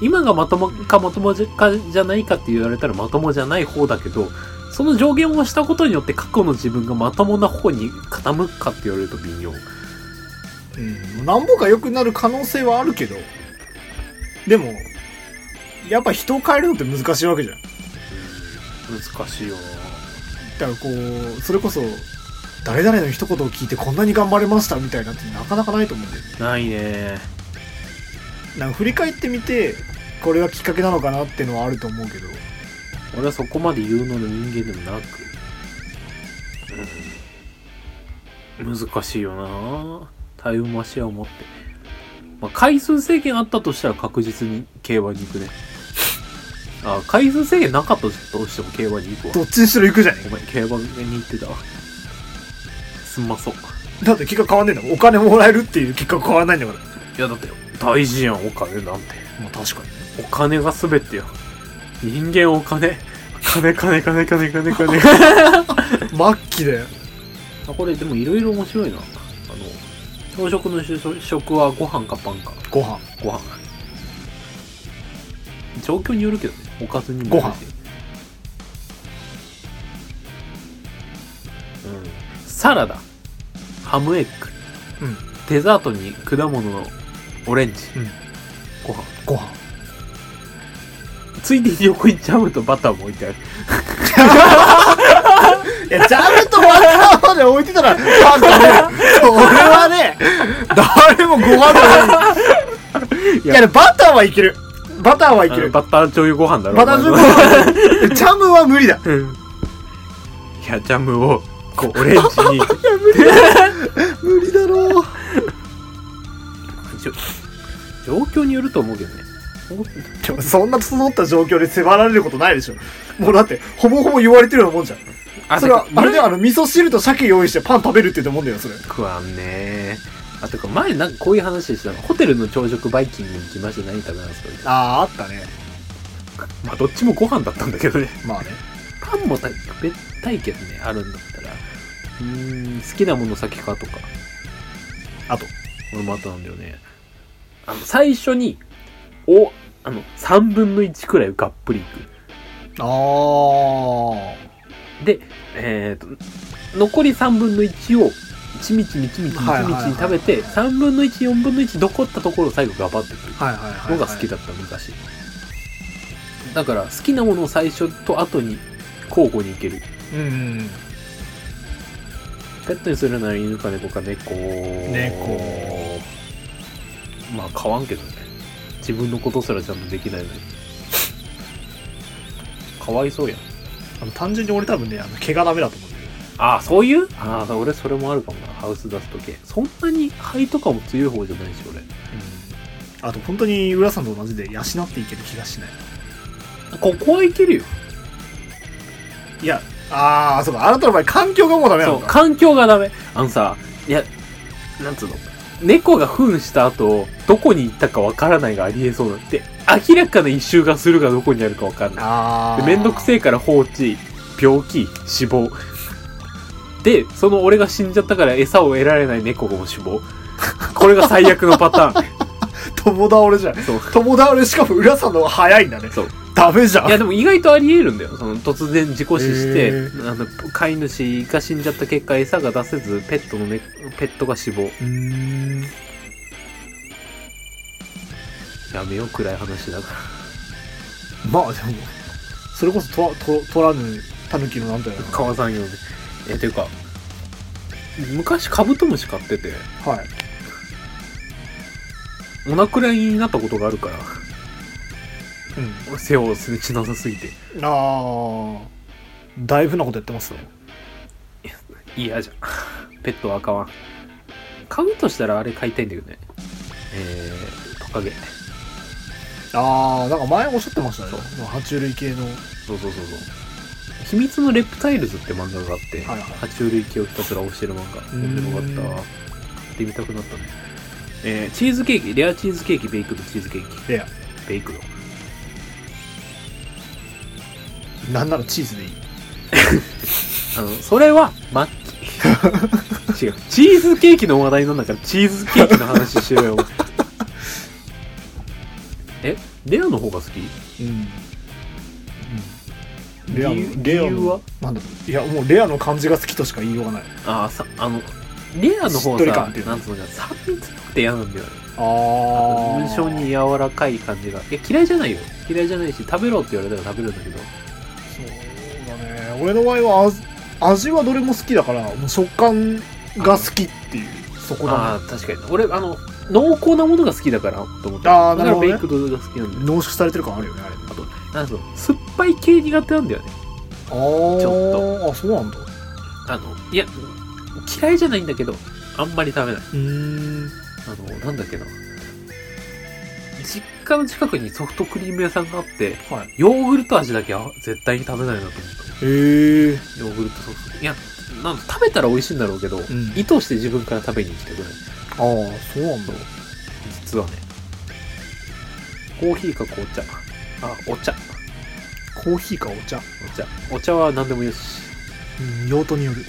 Speaker 2: 今がまともかまともじゃかじゃないかって言われたらまともじゃない方だけど、その上限をしたことによって過去の自分がまともな方に傾くかって言われると微妙。
Speaker 1: うんなんぼか良くなる可能性はあるけどでもやっぱ人を変えるのって難しいわけじゃん
Speaker 2: 難しいよ
Speaker 1: だからこうそれこそ誰々の一言を聞いてこんなに頑張れましたみたいなってなかなかないと思うんだよね
Speaker 2: ないね
Speaker 1: なんか振り返ってみてこれがきっかけなのかなってのはあると思うけど
Speaker 2: 俺はそこまで有能な人間でもなく、うん難しいよなタイムマシンを持って、まあ、回数制限あったとしたら確実に競馬に行くねあ回数制限なかったとしても競馬に行く
Speaker 1: ど
Speaker 2: わ
Speaker 1: っちにしろ行くじゃねえ
Speaker 2: ご
Speaker 1: か
Speaker 2: めん競馬に行ってたわすんまそう
Speaker 1: だって結果変わんねえんだもんお金もらえるっていう結果変わらないんだから
Speaker 2: いやだって大事やんお金なんて
Speaker 1: まあ確かに
Speaker 2: お金が全てよ人間お金金金金金金金金
Speaker 1: 末期で
Speaker 2: あこれでもいろいろ面白いなあの朝食の主食はご飯かパンか
Speaker 1: ご飯
Speaker 2: ご飯状況によるけどねおかずに
Speaker 1: ご
Speaker 2: も
Speaker 1: 飯
Speaker 2: よるしうんサラダハムエッグ、
Speaker 1: うん
Speaker 2: デザートに果物のオレンジ、
Speaker 1: うん
Speaker 2: ご飯
Speaker 1: ご飯
Speaker 2: ついでに横にジャムとバターも置いてある
Speaker 1: いやジャムとバターまで置いてたらパンだねそれはね誰もご飯だねいやバターはいけるバターはいけ
Speaker 2: あの
Speaker 1: る
Speaker 2: バター醤油ご飯だろ
Speaker 1: バタージ
Speaker 2: お
Speaker 1: ョ
Speaker 2: 前の
Speaker 1: ンジャムは無理だ
Speaker 2: うんいやジャムをこうオレンジに
Speaker 1: 無理だろう
Speaker 2: じょ状況によると思うけどね
Speaker 1: でもそんな整った状況で迫られることないでしょもうだってほぼほぼ言われてるようなもんじゃんそれはあれだよあの味噌汁と鮭用意してパン食べるって言ったもんだよそれ
Speaker 2: 食わんねあとか前なんかこういう話でしたホテルの朝食バイキングに行きまして何食べますかみたいな
Speaker 1: あああったね
Speaker 2: まあどっちもご飯だったんだけどね
Speaker 1: まあね
Speaker 2: パンも食べたいけどねあるんだったらうーん好きなもの先かとか
Speaker 1: あと
Speaker 2: 俺もあとなんだよねあの最初におあの3分の1くらいがっぷりいく
Speaker 1: ああ
Speaker 2: で、えー、と残り3分の1をちみちみちみちみちみち
Speaker 1: はいはいはい
Speaker 2: に食べて3分の14分の1残ったところを最後ガバってくる
Speaker 1: はいはいはい
Speaker 2: のが好きだった昔だから好きなものを最初と後に交互にいける
Speaker 1: うんうん
Speaker 2: ペットにするなら犬か猫か猫
Speaker 1: 猫
Speaker 2: まあ買わんけどね自分のことすらちゃんとできないのにかわいそうやん
Speaker 1: あの単純に俺多分ねあの毛がダメだと思うんだよ
Speaker 2: ああ、そういうああ、俺それもあるかもな。ハウスダスト系。そんなに肺とかも強い方じゃないし、俺。
Speaker 1: あと本当に浦さんと同じで養っていける気がしない
Speaker 2: ここはいけるよ。
Speaker 1: いやああそうかあなたの場合環境がもうダメな
Speaker 2: そ
Speaker 1: の
Speaker 2: う、
Speaker 1: か
Speaker 2: 環境がダメ。あのさ、いや、なんつうの。猫が糞した後、どこに行ったかわからないがありえそうだって、明らかな一周がするがどこにあるかわかんない。
Speaker 1: あ
Speaker 2: で
Speaker 1: あ
Speaker 2: めんどくせえから放置、病気、死亡。で、その俺が死んじゃったから餌を得られない猫がも死亡。これが最悪のパタ ー
Speaker 1: 友倒れじゃん
Speaker 2: ン。そう。
Speaker 1: 友倒れしかも浦さんの方が早いんだね
Speaker 2: そう
Speaker 1: ダメじゃん
Speaker 2: いやでも意外とあり得るんだよその突然事故死して、
Speaker 1: へ
Speaker 2: あの飼い主が死んじゃった結果餌が出せずペットの、ね、ペットが死亡
Speaker 1: うーん
Speaker 2: やめよう暗い話だか
Speaker 1: まあでもそれこそとと取らぬタヌキのなんだよ
Speaker 2: ら川さんよねえていうか昔カブトムシ飼ってて
Speaker 1: はい
Speaker 2: お亡くなりになったことがあるから
Speaker 1: うん
Speaker 2: 俺背をすれちなさすぎて
Speaker 1: ああだいぶなことやってますね
Speaker 2: 嫌じゃん ペットは飼わん飼うとしたらあれ飼いたいんだけどねえー、トカゲ
Speaker 1: ああなんか前おっしゃってましたね
Speaker 2: そう
Speaker 1: 爬虫類系の
Speaker 2: そうそうそうそう「秘密のレプタイルズ」って漫画があって、
Speaker 1: はいはい
Speaker 2: 爬虫類系をひたすら推してる漫画
Speaker 1: ん
Speaker 2: 面白かったってみたくなったねえーチーズケーキレアチーズケーキベイクドチーズケーキ
Speaker 1: レア
Speaker 2: ベイクド
Speaker 1: なんならチーズでいい
Speaker 2: あのそれはマッ キー違うチーズケーキの話題なんだからチーズケーキの話し ろよえレアの方が好き
Speaker 1: うん
Speaker 2: 理
Speaker 1: レア
Speaker 2: 由
Speaker 1: のレア
Speaker 2: 理由は
Speaker 1: のなんだろういやもうレアの感じが好きとしか言いようがない
Speaker 2: あーさあのレアの方
Speaker 1: しっとり
Speaker 2: さ
Speaker 1: 感っていうの
Speaker 2: なんつうのかな酸味強くて嫌なんだよね
Speaker 1: あ
Speaker 2: 無性に柔らかい感じがいや嫌いじゃないよ嫌いじゃないし食べろって言われたら食べるんだけど
Speaker 1: そうだね俺の場合は味味はどれも好きだからもう食感が好きっていうそこだ
Speaker 2: あ
Speaker 1: ね
Speaker 2: あ確かに俺あの濃厚なものが好きだからと思って
Speaker 1: あーなるほどね
Speaker 2: だからベイクドが好きなんだよ
Speaker 1: 濃縮されてる感あるよねあれ
Speaker 2: あとなんかその酸っぱい系苦手なんだよね
Speaker 1: あー
Speaker 2: ちょ
Speaker 1: あそうなんだう
Speaker 2: あのいや嫌いじゃないんだけどあんまり食べない
Speaker 1: ーん
Speaker 2: あのなんだっけな実家の近くにソフトクリーム屋さんがあって
Speaker 1: はい
Speaker 2: ヨーグルト味だけは絶対に食べないなと思った
Speaker 1: へえ
Speaker 2: ヨーグルトソフトいやなんか食べたら美味しいんだろうけど、
Speaker 1: ん
Speaker 2: 意図して自分から食べに行きたくない
Speaker 1: ああそうなんだ
Speaker 2: 実はねコーヒーか紅茶あお茶
Speaker 1: コーヒーかお茶
Speaker 2: お茶お茶は何でもよし
Speaker 1: うん用途による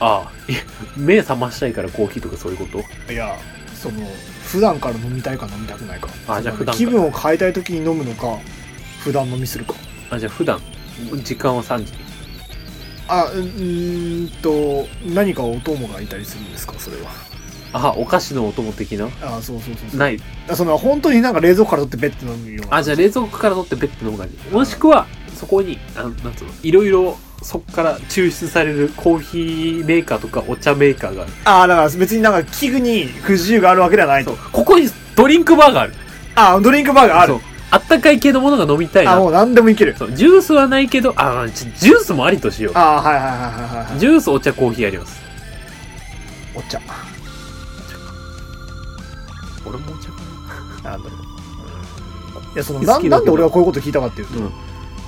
Speaker 2: あ あいや目覚ましたいからコーヒーとかそういうこと
Speaker 1: いやその普段から飲みたいか飲みたくないか
Speaker 2: あじゃあ
Speaker 1: その
Speaker 2: 普段から
Speaker 1: 気分を変えたい時に飲むのか普段飲みするか
Speaker 2: あじゃあ普段時間は3時
Speaker 1: あうーんと何かお供がいたりするんですかそれは
Speaker 2: あお菓子のお供的な
Speaker 1: あーそうそうそうそう
Speaker 2: ない
Speaker 1: あその本当になんか冷蔵庫から取ってベッて飲むような
Speaker 2: あじゃあ冷蔵庫から取ってベッて飲む感じもしくはそこにあのなんつうのいろいろそこから抽出されるコーヒーメーカーとかお茶メーカーがある
Speaker 1: あーだから別になんか器具に不自由があるわけではない
Speaker 2: そ
Speaker 1: と
Speaker 2: うここにドリンクバーがある
Speaker 1: あードリンクバーがあ
Speaker 2: そ
Speaker 1: る
Speaker 2: うあったかい系のものが飲みたい
Speaker 1: あ
Speaker 2: な
Speaker 1: もう何でもいける
Speaker 2: そうジュースはないけどあジュジュースもありとしよう
Speaker 1: あーはいはいはいはいはいはい
Speaker 2: ジュースお茶コーヒーあります
Speaker 1: お茶
Speaker 2: 俺もお茶
Speaker 1: なんだろういやその
Speaker 2: 好き
Speaker 1: な
Speaker 2: だけ
Speaker 1: ん
Speaker 2: ど
Speaker 1: なんで俺はこういうこと聞いたかっていうと、
Speaker 2: うん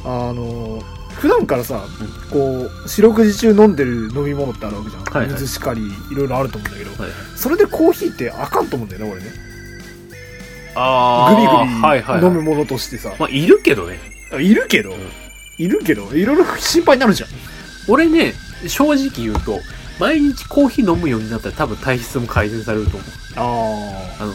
Speaker 1: あの普段からさ、こう四六時中飲んでる飲み物ってあるわけじゃん、
Speaker 2: はいはい
Speaker 1: 水しかりいろいろあると思うんだけど
Speaker 2: はい
Speaker 1: それでコーヒーってあかんと思うんだよね俺ね
Speaker 2: あ
Speaker 1: グビ
Speaker 2: はいはい
Speaker 1: グビ飲
Speaker 2: はい
Speaker 1: むものとしてさ、
Speaker 2: まあいるけどね
Speaker 1: いるけど、
Speaker 2: ん
Speaker 1: いるけどいろいろ心配になるじゃん
Speaker 2: 俺ね正直言うと毎日コーヒー飲むようになったら多分体質も改善されると思
Speaker 1: あ
Speaker 2: う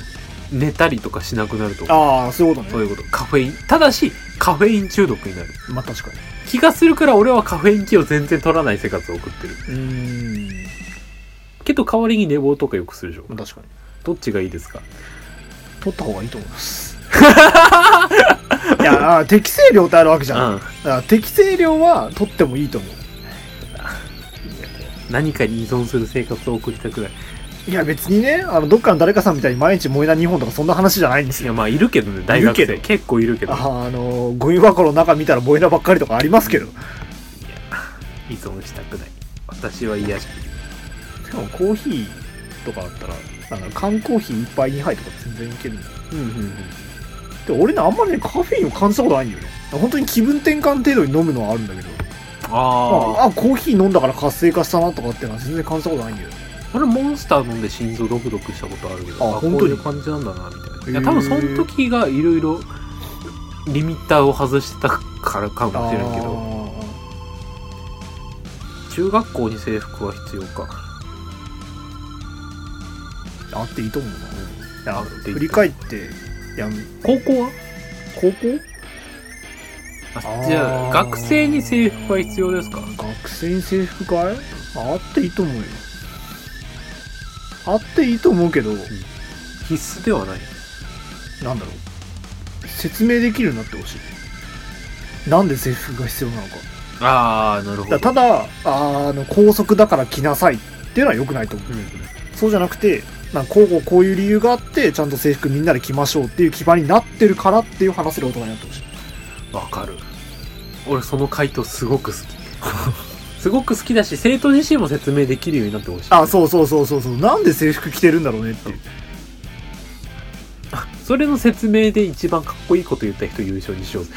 Speaker 2: 寝たりとかしなくなると思う
Speaker 1: あーそういうことね
Speaker 2: そういうこと。カフェイン。ただし、カフェイン中毒になる。
Speaker 1: まあ確かに
Speaker 2: 気がするから俺はカフェイン気を全然取らない生活を送ってる。
Speaker 1: うーん
Speaker 2: けど代わりに寝坊とかよくするでしょ。
Speaker 1: まあ確かに
Speaker 2: どっちがいいですか
Speaker 1: 取った方がいいと思います いやあー適正量ってあるわけじ
Speaker 2: う
Speaker 1: ゃん、
Speaker 2: ん。
Speaker 1: だから適正量は取ってもいいと思う
Speaker 2: 何かに依存する生活を送りたくない。
Speaker 1: いや別にねあのどっかの誰かさんみたいに毎日燃えな2本とかそんな話じゃないんです
Speaker 2: い
Speaker 1: よ
Speaker 2: や、まあいるけどね、大学
Speaker 1: いるけ
Speaker 2: 生。
Speaker 1: ど
Speaker 2: 結構いるけど。
Speaker 1: ああのゴミ箱の中見たら燃えなばっかりとかありますけどで
Speaker 2: 依存したくない。私は嫌じ
Speaker 1: もコーヒーとかあったらなんか缶コーヒー1杯2杯とか全然いけるんだよ
Speaker 2: ゃん。うんうんうん。
Speaker 1: で俺ねあんまりねカフェインを感じたことないんだよね本当に気分転換程度に飲むのはあるんだけど
Speaker 2: ああ。
Speaker 1: ああコーヒー飲んだから活性化したなとかっていうのは全然感じたことないんだよね
Speaker 2: 俺モンスター飲んで心臓ドクドクしたことあるけど、
Speaker 1: あ
Speaker 2: あ、こう
Speaker 1: 本当
Speaker 2: い
Speaker 1: に
Speaker 2: う感じなんだな、みた
Speaker 1: へ
Speaker 2: い
Speaker 1: ー
Speaker 2: な。いや、多分その時がいろいろリミッターを外してたからかもしれんけど。
Speaker 1: あ
Speaker 2: 中学校に制服は必要か
Speaker 1: ーあっていいと思うな
Speaker 2: あ
Speaker 1: あ
Speaker 2: っていいと思う
Speaker 1: 振り返っていや
Speaker 2: 高校は
Speaker 1: 高校
Speaker 2: あじゃあ学生に制服は必要ですか
Speaker 1: 学生に制服かいあっていいと思うよあっていいと思うけど
Speaker 2: 必須ではない
Speaker 1: なんだろう説明できるようになってほしいなんで制服が必要なのか
Speaker 2: ああなるほ
Speaker 1: だからただあの校則だから着なさいっていうのは良くないと思う
Speaker 2: うん
Speaker 1: そうじゃなくてなんかこうこうこういう理由があってちゃんと制服みんなで着ましょうっていう基盤になってるからっていう話せる大人になってほしい
Speaker 2: わかる俺その回答すごく好きすごく好きだし生徒自身も説明できるようになってほしい
Speaker 1: あそうそうそうそうそうなんで制服着てるんだろうね っていう
Speaker 2: それの説明で一番かっこいいこと言った人優勝にしようぜ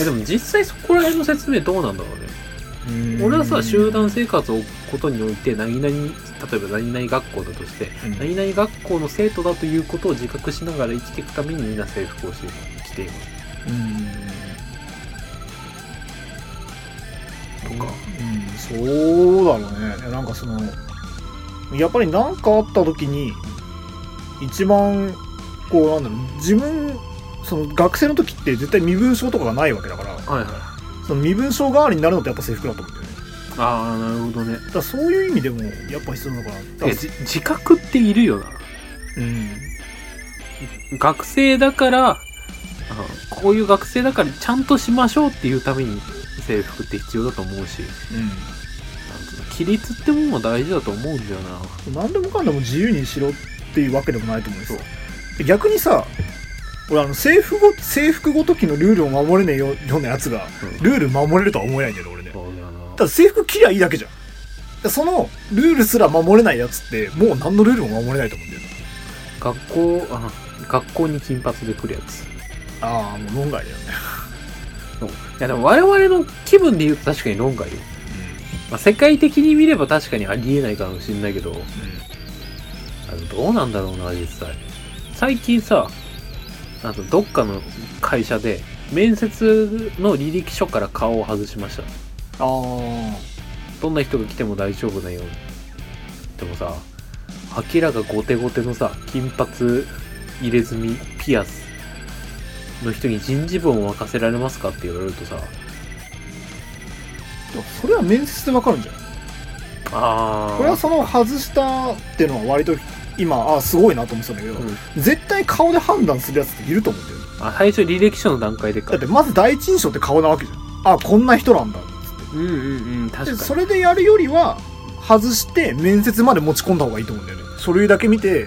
Speaker 2: えでも実際そこら辺の説明どうなんだろうね俺はさ集団生活を置くことにおいて何々例えば何々学校だとして、
Speaker 1: うん
Speaker 2: 何々学校の生徒だということを自覚しながら生きていくためにみんな制服をして着ています
Speaker 1: うん
Speaker 2: とか、
Speaker 1: うん、そうだろうねいやなんかそのやっぱり何かあった時に一番こうなんだろう自分その学生の時って絶対身分証とかがないわけだから
Speaker 2: はいはい
Speaker 1: その身分証代わりになるのってやっぱ制服だと思うんだよね
Speaker 2: ああなるほどね
Speaker 1: だからそういう意味でもやっぱ必要なのかなだから
Speaker 2: えじ自覚っているよな
Speaker 1: うん
Speaker 2: 学生だからあこういう学生だからちゃんとしましょうっていうために制服って必要だと思うし
Speaker 1: うん
Speaker 2: なんつうの規律ってもんも大事だと思うんだよな
Speaker 1: 何でもかんでも自由にしろっていうわけでもないと思うんですよで逆にさ俺あの制服ご制服ごときのルールを守れねえよようなやつが
Speaker 2: うん
Speaker 1: ルール守れるとは思えないんだよね俺ね
Speaker 2: そうだよな
Speaker 1: ただ制服着りゃいいだけじゃんでそのルールすら守れないやつってもう何のルールも守れないと思うんだよね
Speaker 2: 学校あ学校に金髪で来るやつ
Speaker 1: ああもう論外だよね、
Speaker 2: そういやでも我々の気分で言うと確かに論外よ、まあ、世界的に見れば確かにありえないかもしれないけどあのどうなんだろうな実際最近さあとどっかの会社で面接の履歴書から顔を外しました
Speaker 1: うんあ
Speaker 2: どんな人が来ても大丈夫なようにでもさ明らかゴテゴテのさ金髪入れ墨ピアスの人に人事部を任せられますかって言われるとさ
Speaker 1: あそれは面接でわかるんじゃない
Speaker 2: あ
Speaker 1: これはその外したっていうのは割と今ああすごいなと思ってたんだけど、
Speaker 2: うん
Speaker 1: 絶対顔で判断するやつっていると思うんだよね
Speaker 2: あ最初履歴書の段階で
Speaker 1: だ
Speaker 2: か
Speaker 1: ってまず第一印象って顔なわけじゃんあこんな人なんだっつって
Speaker 2: うんうんうん確か
Speaker 1: で
Speaker 2: に
Speaker 1: それでやるよりは外して面接まで持ち込んだ方がいいと思うんだよね書類だけ見て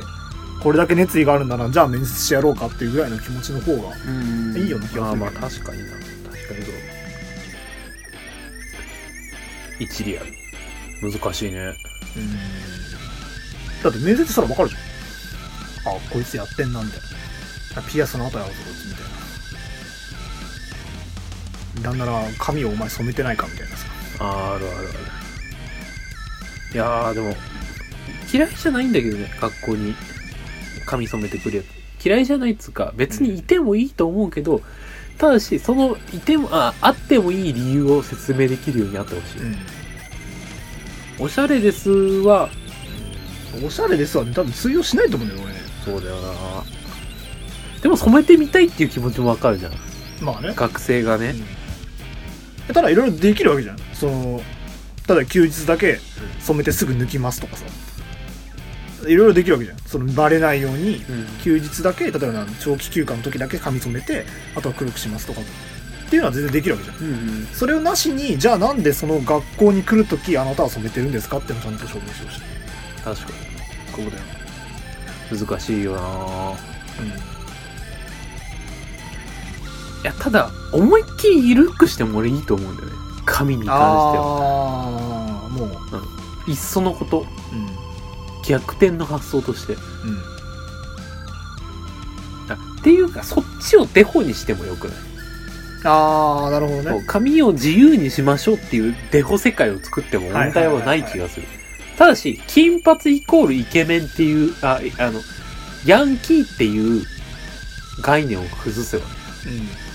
Speaker 1: これだけ熱意があるんだなじゃあ面接してやろうかっていうぐらいの気持ちの方が
Speaker 2: うん
Speaker 1: いいような気がする
Speaker 2: まあまあ確かにな確かにそう一理ある難しいね
Speaker 1: だって面接したら分かるじゃんあこいつやってんなみたいなあピアスの後やろうぞこいつみたいななんなら髪をお前染めてないかみたいなさ
Speaker 2: あーあるあるあるいやーでも嫌いじゃないんだけどね学校に髪染めてくるやつ嫌いじゃないっつうか別にいてもいいと思うけど、ただしそのいてもああってもいい理由を説明できるようになってほしい、おしゃれですは
Speaker 1: おしゃれですわね多分通用しないと思うんだよ俺ね
Speaker 2: そうだよなでも染めてみたいっていう気持ちもわかるじゃん
Speaker 1: まあね
Speaker 2: 学生がね、
Speaker 1: うんただいろいろできるわけじゃんそのただ休日だけ染めてすぐ抜きますとかさいろいろできるわけじゃんそのバレないように
Speaker 2: うん
Speaker 1: 休日だけ例えばなん長期休暇の時だけ髪染めてあとは黒くしますとかっていうのは全然できるわけじゃん
Speaker 2: うんうん、
Speaker 1: それをなしにじゃあなんでその学校に来る時あなたは染めてるんですかっていうのをちゃんと証明してほしい
Speaker 2: 確か
Speaker 1: そうだよ、
Speaker 2: に難しいよないやただ思いっきり緩くしても俺いいと思うんだよね髪に関しては
Speaker 1: ああもう
Speaker 2: いっそのこと
Speaker 1: うん
Speaker 2: 逆転の発想として
Speaker 1: うん
Speaker 2: あっていうかそっちをデフォにしてもよくない
Speaker 1: ああなるほど
Speaker 2: そう
Speaker 1: ね
Speaker 2: 髪を自由にしましょうっていうデフォ世界を作っても問題はない気がするただし金髪イコールイケメンっていうあいあのヤンキーっていう概念を崩せば
Speaker 1: うん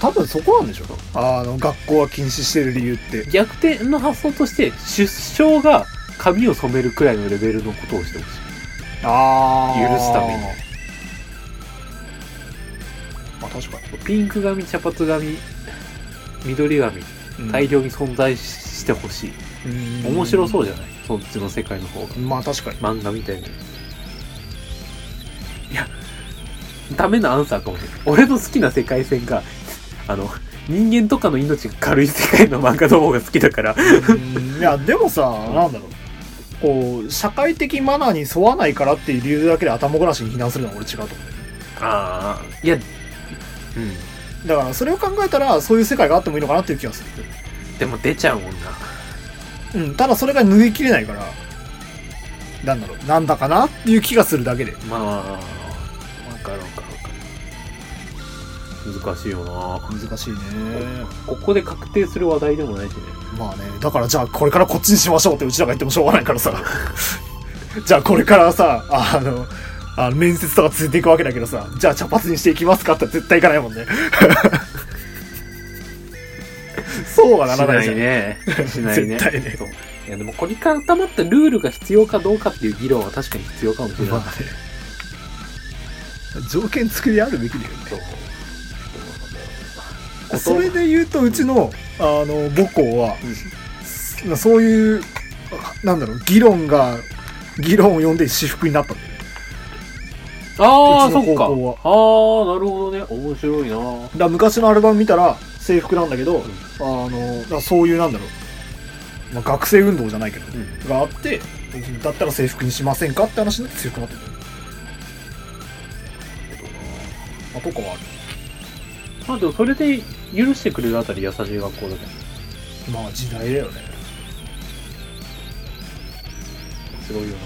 Speaker 1: 多分そこなんでしょあの学校は禁止してる理由って
Speaker 2: 逆転の発想として出生が髪を染めるくらいのレベルのことをしてほしい
Speaker 1: あ
Speaker 2: ー許すために
Speaker 1: まあ確かに
Speaker 2: ピンク髪茶髪髪緑髪大量に存在し,、てほしい
Speaker 1: うん
Speaker 2: 面白そうじゃないそっちの世界の方が
Speaker 1: まあ確かに
Speaker 2: 漫画みたいにいやダメなアンサーかもしれない俺の好きな世界線があの人間とかの命が軽い世界の漫画の方が好きだから
Speaker 1: うんいやでもさなんだろうこう社会的マナーに沿わないからっていう理由だけで頭ごなしに非難するのは俺違うと思う
Speaker 2: ああいやうん
Speaker 1: だからそれを考えたらそういう世界があってもいいのかなっていう気がす
Speaker 2: でも出ちゃうもんな
Speaker 1: る、うん、ただそれが脱ぎきれないからなんだろうなんだかなっていう気がするだけで
Speaker 2: まあわかるわかるわかる難しいよな
Speaker 1: 難しいね
Speaker 2: ここで確定する話題でもないしね
Speaker 1: まあねだからじゃあこれからこっちにしましょうってうちらが言ってもしょうがないからさ じゃあこれからさあのあの面接とかついていくわけだけどさじゃあ茶髪にしていきますかって絶対いかないもんね そうはならないじゃん
Speaker 2: ね。しないね。
Speaker 1: 絶対ね
Speaker 2: そういやでもこれに固まったルールが必要かどうかっていう議論は確かに必要かもしれない。
Speaker 1: まあね条件付きであるべきだよね
Speaker 2: そう
Speaker 1: それで言うとうちのあの母校はそういうなんだろう議論が議論を呼んで私服になったんだよね
Speaker 2: ああ、
Speaker 1: うち
Speaker 2: そ
Speaker 1: の
Speaker 2: っか。ああ
Speaker 1: 高校は
Speaker 2: ー、なるほどね。面白いな
Speaker 1: だから昔のアルバム見たら制服なんだけど、
Speaker 2: ん
Speaker 1: あのだからそういうなんだろうまあ、学生運動じゃないけど、
Speaker 2: ん
Speaker 1: があってだったら制服にしませんかって話になって制服になってるあとかはある
Speaker 2: まあでもそれで許してくれるあたり優しい学校だね
Speaker 1: まあ時代だよね
Speaker 2: すごいよな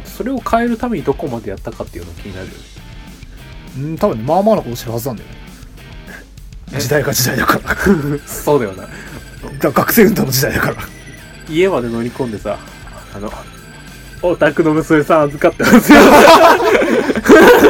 Speaker 2: あとそれを変えるためにどこまでやったかっていうの気になるよね
Speaker 1: うん多分ねまあまあなことしてるはずなんだよね時代が時代だから だか
Speaker 2: そうだよな
Speaker 1: ら学生運動の時代だから
Speaker 2: 家まで乗り込んでさあのお宅の娘さん預かってますよ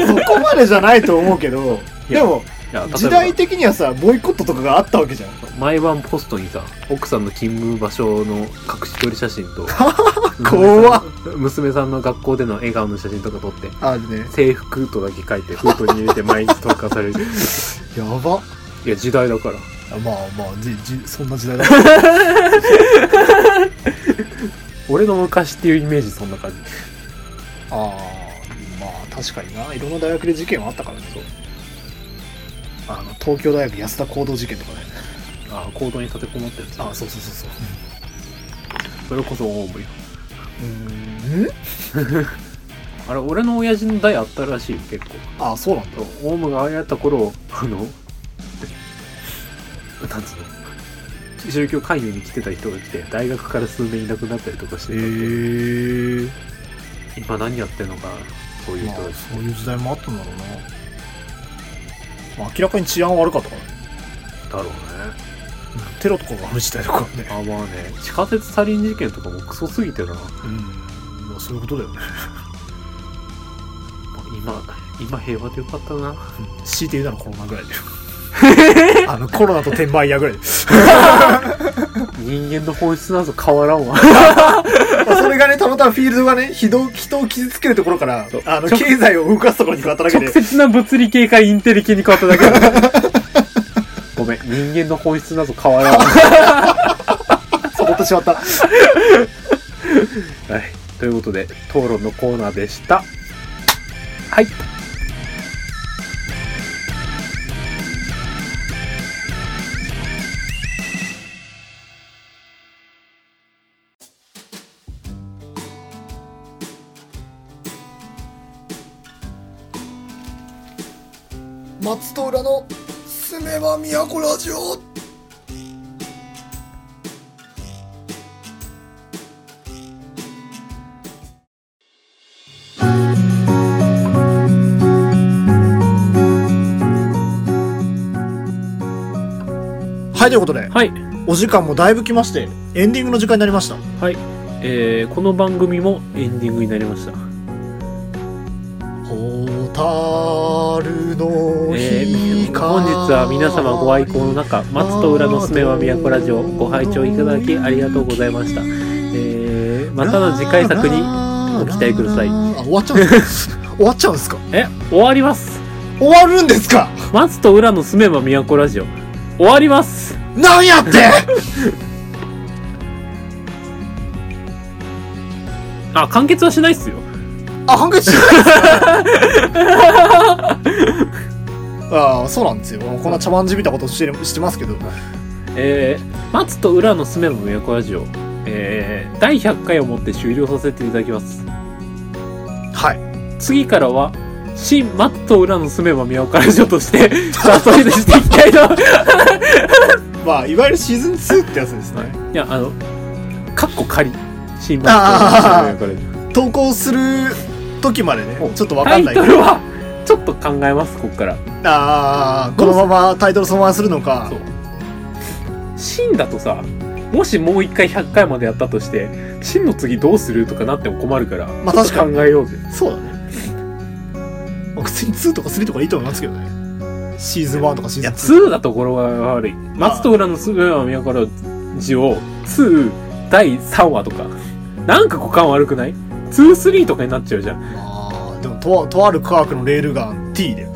Speaker 1: そこまでじゃないと思うけど
Speaker 2: いや
Speaker 1: でも
Speaker 2: いや例えば
Speaker 1: 時代的にはさボイコットとかがあったわけじゃん
Speaker 2: 毎晩ポストにさ奥さんの勤務場所の隠し撮り写真と
Speaker 1: 怖っ
Speaker 2: 娘さんの学校での笑顔の写真とか撮って
Speaker 1: あるね
Speaker 2: 制服とだけ書いて封筒に入れて毎日投下され る
Speaker 1: やば
Speaker 2: いや時代だから
Speaker 1: まあまあじじそんな時 代だから
Speaker 2: 俺の昔っていうイメージそんな感じ
Speaker 1: あーまあ確かにないろんな大学で事件はあったからねあの東京大学安田行動事件とかね
Speaker 2: ああ行動に立てこもったやつ
Speaker 1: そうそうそうそう
Speaker 2: それこそ大思いよ
Speaker 1: うん
Speaker 2: あれ俺の親父の代あったらしいよ結構
Speaker 1: あそうなんだ
Speaker 2: オウムがああやった頃あのなんつうの宗教勧誘に来てた人が来て大学から数年いなくなったりとかしてたんで、
Speaker 1: え
Speaker 2: 今何やってんのかなそういう
Speaker 1: まあ
Speaker 2: 人たち、
Speaker 1: そういう時代もあったんだろうな、まあ、明らかに治安悪かったからね
Speaker 2: だろうね
Speaker 1: テロとかがある時代だからね
Speaker 2: あまあね地下鉄サリン事件とかもクソすぎてな、まあ
Speaker 1: うん、まあ、そういうことだよね
Speaker 2: 今今平和でよかったな
Speaker 1: 強いて言うならコロナぐらいだよ あのコロナと転売屋ぐらいで
Speaker 2: 人間の本質なんぞ変わらんわ
Speaker 1: まあそれがねたまたまフィールドがねひど人を傷つけるところから
Speaker 2: そう
Speaker 1: あの
Speaker 2: 直
Speaker 1: 経済を動かすところに変わっただけ
Speaker 2: 直
Speaker 1: で
Speaker 2: 接な物理系かインテリ系に変わっただけだ ごめん人間の本質なんぞ変わらんわは
Speaker 1: そう思ってしまった
Speaker 2: いということで討論のコーナーでしたはい
Speaker 1: 松戸浦のすめば都ラジオはいということで
Speaker 2: はい
Speaker 1: お時間もだいぶ来ましてエンディングの時間になりました
Speaker 2: はいえー、この番組もエンディングになりました
Speaker 1: ホタルの
Speaker 2: えー本日は皆様ご愛好の中松と裏のすめは都ラジオご拝聴いただきありがとうございました、えー、またの次回作に
Speaker 1: に
Speaker 2: ご期待ください
Speaker 1: 終わっちゃうんですか 終わっちゃうんですか
Speaker 2: え終わります
Speaker 1: 終わるんですか
Speaker 2: 松と裏のすめば都ラジオ終わります
Speaker 1: なんやって
Speaker 2: あ完結はしないっすよ
Speaker 1: あ、判決しない ああ、そうなんですよ。こんな茶番じみたことしてるしてますけど。
Speaker 2: えー、松と裏のすめば都ラジオえー、第100回をもって終了させていただきます
Speaker 1: はい。
Speaker 2: 次からは新松と裏のすめば都ラジオとしてストしていきたいと
Speaker 1: まあ、いわゆるシーズン2ってやつですね。
Speaker 2: いや、あの、かっこ仮。新聞
Speaker 1: あー
Speaker 2: これ
Speaker 1: 投稿する時までね
Speaker 2: お、
Speaker 1: ちょっとわ
Speaker 2: タ
Speaker 1: かん
Speaker 2: イ
Speaker 1: ない
Speaker 2: トルは、ちょっと考えます、ここから。
Speaker 1: ああ、このままタイトルそのままするのか
Speaker 2: そう。新だとさ、もしもう一回100回までやったとして、新の次どうするとかなっても困るから、
Speaker 1: まあ確かに
Speaker 2: ちょっと考えようぜ。
Speaker 1: そうだね。まあ普通に2とか3とかいいと思いますけどね。シーズン1とかシ
Speaker 2: いや、
Speaker 1: ーズン2。
Speaker 2: 2だところが悪い。松と裏のすべは宮から字を、2、第3話とか。なんか股間悪くない ?2、3とかになっちゃうじゃん。
Speaker 1: まあ、でもとあ、とある科学のレールガン T で。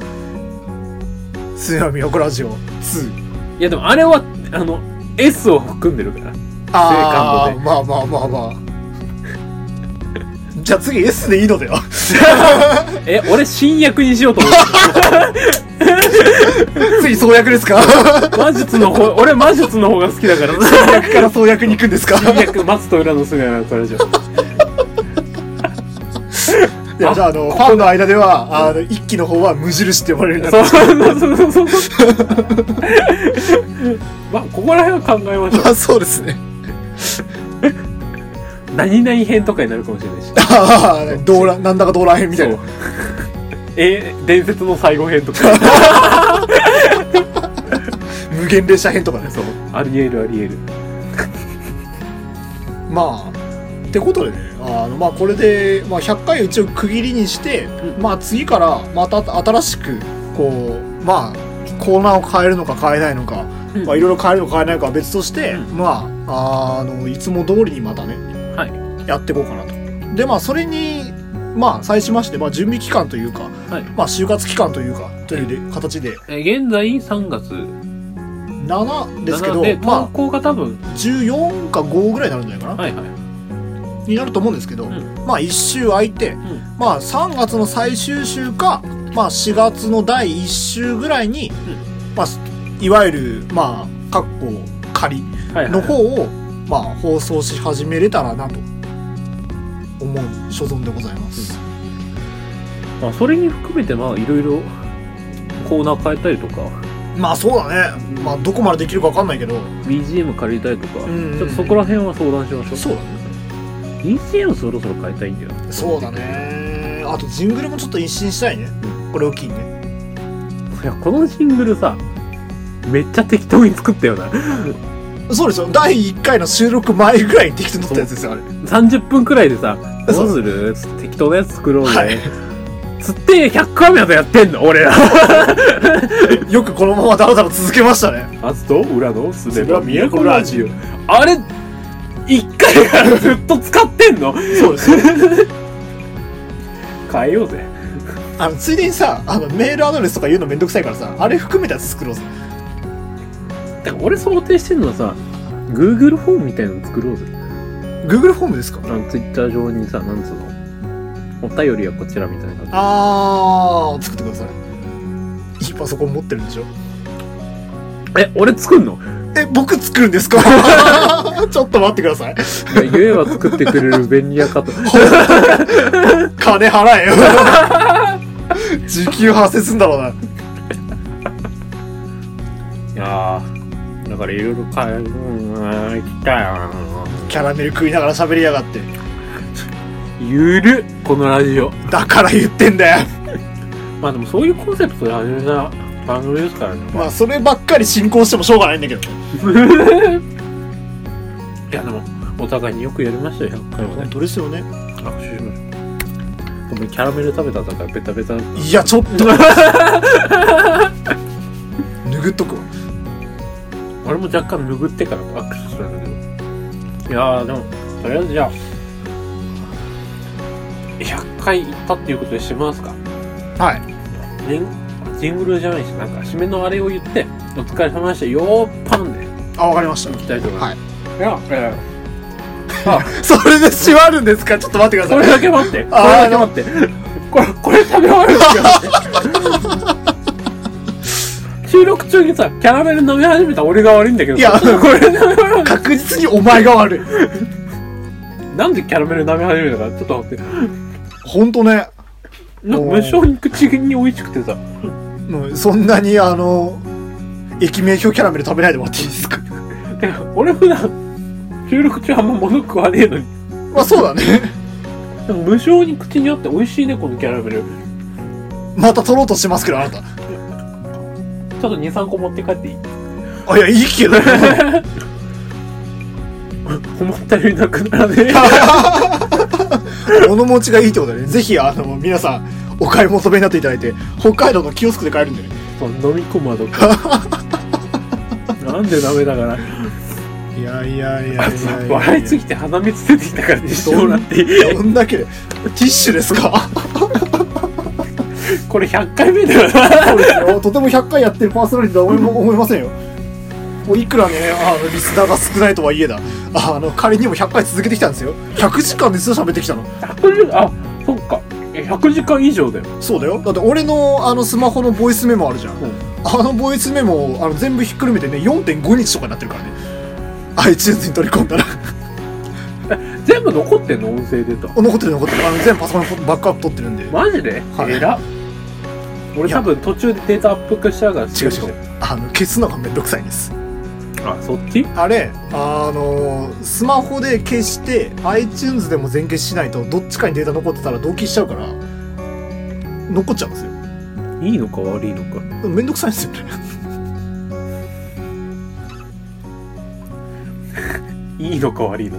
Speaker 1: スナミオコラジオ2。
Speaker 2: いや、でもあれは、あの、S を含んでるから。
Speaker 1: あ
Speaker 2: 正感
Speaker 1: あ、
Speaker 2: 度
Speaker 1: まあまあまあまあ。 じゃあ次 S でいいのでは
Speaker 2: え、俺新役にしようと思って
Speaker 1: つい創薬ですか
Speaker 2: 魔術の方、俺魔術の方が好きだから。
Speaker 1: 薬から創薬に行くんですか
Speaker 2: 新薬、松と裏のすぐやから じゃん。
Speaker 1: いやじゃああのファンの間ではあの一期の方は無印って呼ばれるんだ
Speaker 2: そうそうそうそうそう。まあ、ここら辺は考えましょ
Speaker 1: まあ そうですね
Speaker 2: う。何々編とかになるかもしれないし。
Speaker 1: ああ動乱なんだか動乱編みたいな
Speaker 2: そうえ、伝説の最後編と か。
Speaker 1: 無限列車編とかね
Speaker 2: そう。ありえるありえる。
Speaker 1: まあってことでねあのまあこれで、まあ、100回を一応区切りにして、
Speaker 2: う
Speaker 1: まあ次からまた新しくこうまあコーナーを変えるのか変えないのか、
Speaker 2: う ん
Speaker 1: まあいろいろ変えるのか変えないのかは別として、
Speaker 2: う
Speaker 1: まああのいつも通りにまたね
Speaker 2: はい。
Speaker 1: やっていこうかなと。でまあそれにまあ際しまして、まあ、準備期間というか、
Speaker 2: はい
Speaker 1: まあ就活期間というかというで形で
Speaker 2: え現在3月
Speaker 1: 7ですけ
Speaker 2: な
Speaker 1: ど
Speaker 2: ので、投
Speaker 1: ま
Speaker 2: 稿が多分、
Speaker 1: あ14か5ぐらいになるんじゃないかな、
Speaker 2: はいはい。
Speaker 1: になると思うんですけど、
Speaker 2: ん
Speaker 1: まあ1週空いて、
Speaker 2: ん
Speaker 1: まあ3月の最終週か、まあ4月の第1週ぐらいに、まあいわゆる、まあ、かっこ仮
Speaker 2: はいはい、
Speaker 1: の方を、まあ放送し始めれたらなと思う所存でございます。
Speaker 2: まあ、それに含めてまあいろいろコーナー変えたりとか
Speaker 1: まあそうだね。まあどこまでできるかわかんないけど、
Speaker 2: BGM 借りたりとか、
Speaker 1: うんうん
Speaker 2: ちょっとそこら辺は相談しましょう
Speaker 1: そうだ
Speaker 2: BGM そろそろ変えたいんだよ
Speaker 1: そうだね。あとジングルもちょっと一新したいね。これを機にね。
Speaker 2: いやこのシングルさめっちゃ適当に作ったよな
Speaker 1: そうですよ。第1回の収録前ぐらいに適当に撮ったやつですよ、あれ。
Speaker 2: 30分くらいでさ「
Speaker 1: そ
Speaker 2: ど
Speaker 1: う
Speaker 2: うする?」つって適当なやつ作ろう
Speaker 1: は
Speaker 2: ね
Speaker 1: い、
Speaker 2: つって100回目やってんの俺ら
Speaker 1: よくこのままだらだら続けましたね。
Speaker 2: あずと裏のす
Speaker 1: べば都ラジオ
Speaker 2: あれ1回からずっと使ってんの
Speaker 1: そうですよ。
Speaker 2: 変えようぜ
Speaker 1: あの、ついでにさ、あの、メールアドレスとか言うのめんどくさいからさ、あれ含めたやつ作ろうぜ。
Speaker 2: だから俺想定してるのはさ Google フォームみたいなの作ろうぜ
Speaker 1: Google フォームですか
Speaker 2: あの Twitter 上にさなんつうのお便りはこちらみたいな感じ
Speaker 1: あー、作ってください。いいパソコン持ってるんでしょ
Speaker 2: え俺作んの
Speaker 1: え、僕作るんですか ちょっと待ってください。
Speaker 2: いや言えば作ってくれる便利屋 かと
Speaker 1: 金払 えよ。時給発生すんだろうな。
Speaker 2: いやーだからいろいろ変えるうん行きたいな
Speaker 1: キャラメル食いながら喋りやがって。
Speaker 2: ゆるっこのラジオ
Speaker 1: だから言ってんだよ。
Speaker 2: まあでもそういうコンセプトで始めた番組ですからね
Speaker 1: まあ、そればっかり進行してもしょうがないんだけど。
Speaker 2: いやでもお互いによくやりましたよ100回もね
Speaker 1: 本当ですよね。
Speaker 2: 握手しましたごめんキャラメル食べただからベタベタだった
Speaker 1: いや、ちょっと。 拭っとくわ。
Speaker 2: 俺も若干拭ってから握手するんだけどいやーでもとりあえずじゃあ100回行ったっていうことで締めますか
Speaker 1: はい。
Speaker 2: ジンジングルじゃないしなんか締めのあれを言ってお疲れ様でしたよーパンで
Speaker 1: あ、わかりました
Speaker 2: 行。きたいと思います、い、やえ
Speaker 1: それで閉まるんですかちょっと待ってく
Speaker 2: ーこ
Speaker 1: だ
Speaker 2: れ
Speaker 1: さい。
Speaker 2: だけ待ってこれ
Speaker 1: あ
Speaker 2: だけ待ってこれこれ食べ終わるんですよ収録中にさキャラメル飲み始めた俺が悪いんだけど
Speaker 1: いや
Speaker 2: これ
Speaker 1: 確実にお前が悪い。
Speaker 2: なんでキャラメル舐め始めたかちょっと待って。
Speaker 1: ほんとね。
Speaker 2: なんか
Speaker 1: おー
Speaker 2: 無性に口に美味しくてさ。
Speaker 1: もうそんなに、あの、駅名表キャラメル食べないでもらっていいですか
Speaker 2: てか俺普段、収録中あんま物食わねえのに。
Speaker 1: まあそうだね。
Speaker 2: でも無性に口にあって美味しいね、このキャラメル。ち
Speaker 1: また取ろうとしてますけど、あなた。
Speaker 2: ょっと2、3個持って帰っていい
Speaker 1: あ、いや、いいけど。
Speaker 2: 思ったよりなくならね
Speaker 1: 物持ちがいいってことだね。ぜひ、あの、皆さん、お買い求めになっていただいて、北海道のキオスクで買えるんでね。
Speaker 2: え。そう飲み込むわ、どっか。なんでダメだから。
Speaker 1: いやいやいやいやいや。
Speaker 2: 笑いすぎて鼻水出てきたから実証なっていい。
Speaker 1: どんだけ、ティッシュですか
Speaker 2: これ100回目だよな。
Speaker 1: そうですよとても100回やってるパーソナリティとは思いも思いませんよ。もういくらね、あの、リスナーが少ないとはいえだ。あの、仮にも100回続けてきたんですよ。100時間ですよ、喋ってきたの。
Speaker 2: あ、そっか。 100時間以上だよ
Speaker 1: そうだよだって俺のあのスマホのボイスメモあるじゃん、
Speaker 2: うん
Speaker 1: あのボイスメモあの全部ひっくるめてね4.5日とかになってるからね iTunes に取り込んだら
Speaker 2: 全部残ってんの音声データ
Speaker 1: 残ってる残ってるあの全部パソコンのバックアップ取ってるんで
Speaker 2: マジで
Speaker 1: はい
Speaker 2: えら俺
Speaker 1: いや
Speaker 2: 多分途中でデータアップしたか
Speaker 1: 違
Speaker 2: ら
Speaker 1: う違うあの消すのがめんどくさいんです
Speaker 2: あそっち
Speaker 1: あれあのスマホで消して iTunes でも全消ししないとどっちかにデータ残ってたら同期しちゃうから残っちゃうんですよ
Speaker 2: いいのか悪いのか
Speaker 1: めんどくさいんですよね
Speaker 2: いいのか悪いの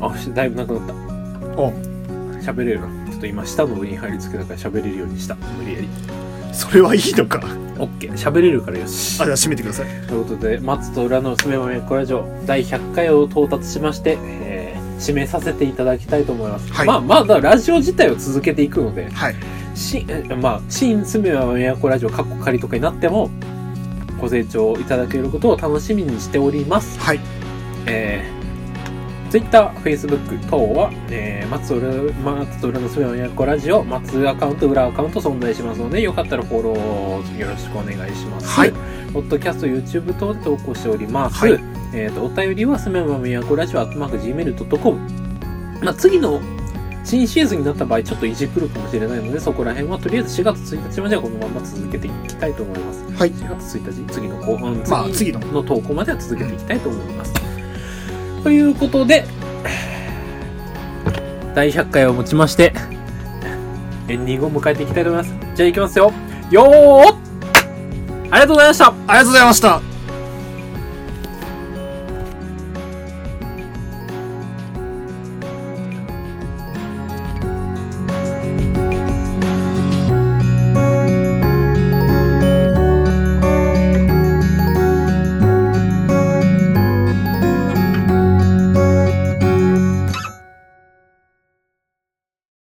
Speaker 2: かあしだいぶなくなった
Speaker 1: お
Speaker 2: 喋れるなちょっと今舌の上に入りつけたから喋れるようにした無理やり
Speaker 1: それはいいのか
Speaker 2: オッケー喋れるからよし
Speaker 1: あじゃあ閉めてください
Speaker 2: ということで「松と裏のすめまめコラジオ」第100回を到達しまして、えー締めさせていただきたいと思います、
Speaker 1: はい
Speaker 2: まあまだラジオ自体を続けていくので
Speaker 1: はい
Speaker 2: しえまあ「新すめまめコラジオ」カッコ仮とかになってもご清聴いただけることを楽しみにしております
Speaker 1: はい
Speaker 2: えー、Twitter、Facebook 等は、えー、松浦、松浦のすべてのやこラジオ、松アカウント、裏アカウント存在しますので、よかったらフォローよろしくお願いします。
Speaker 1: はい
Speaker 2: ポッドキャスト、YouTube 等で投稿しております。
Speaker 1: はい
Speaker 2: えっ、と、お便りはすべまめやこラジオ、あとマーク gmail.com。まあ、次の新シーズンになった場合、ちょっといじくるかもしれないので、そこら辺はとりあえず4月1日まではこのまま続けていきたいと思います。
Speaker 1: はい
Speaker 2: 4月1日、次の後半、
Speaker 1: まあ次の
Speaker 2: の投稿までは続けていきたいと思います。ということで、第100回をもちまして、エンディングを迎えていきたいと思います。じゃあ行きますよ。よーっありがとうございました
Speaker 1: ありがとうございました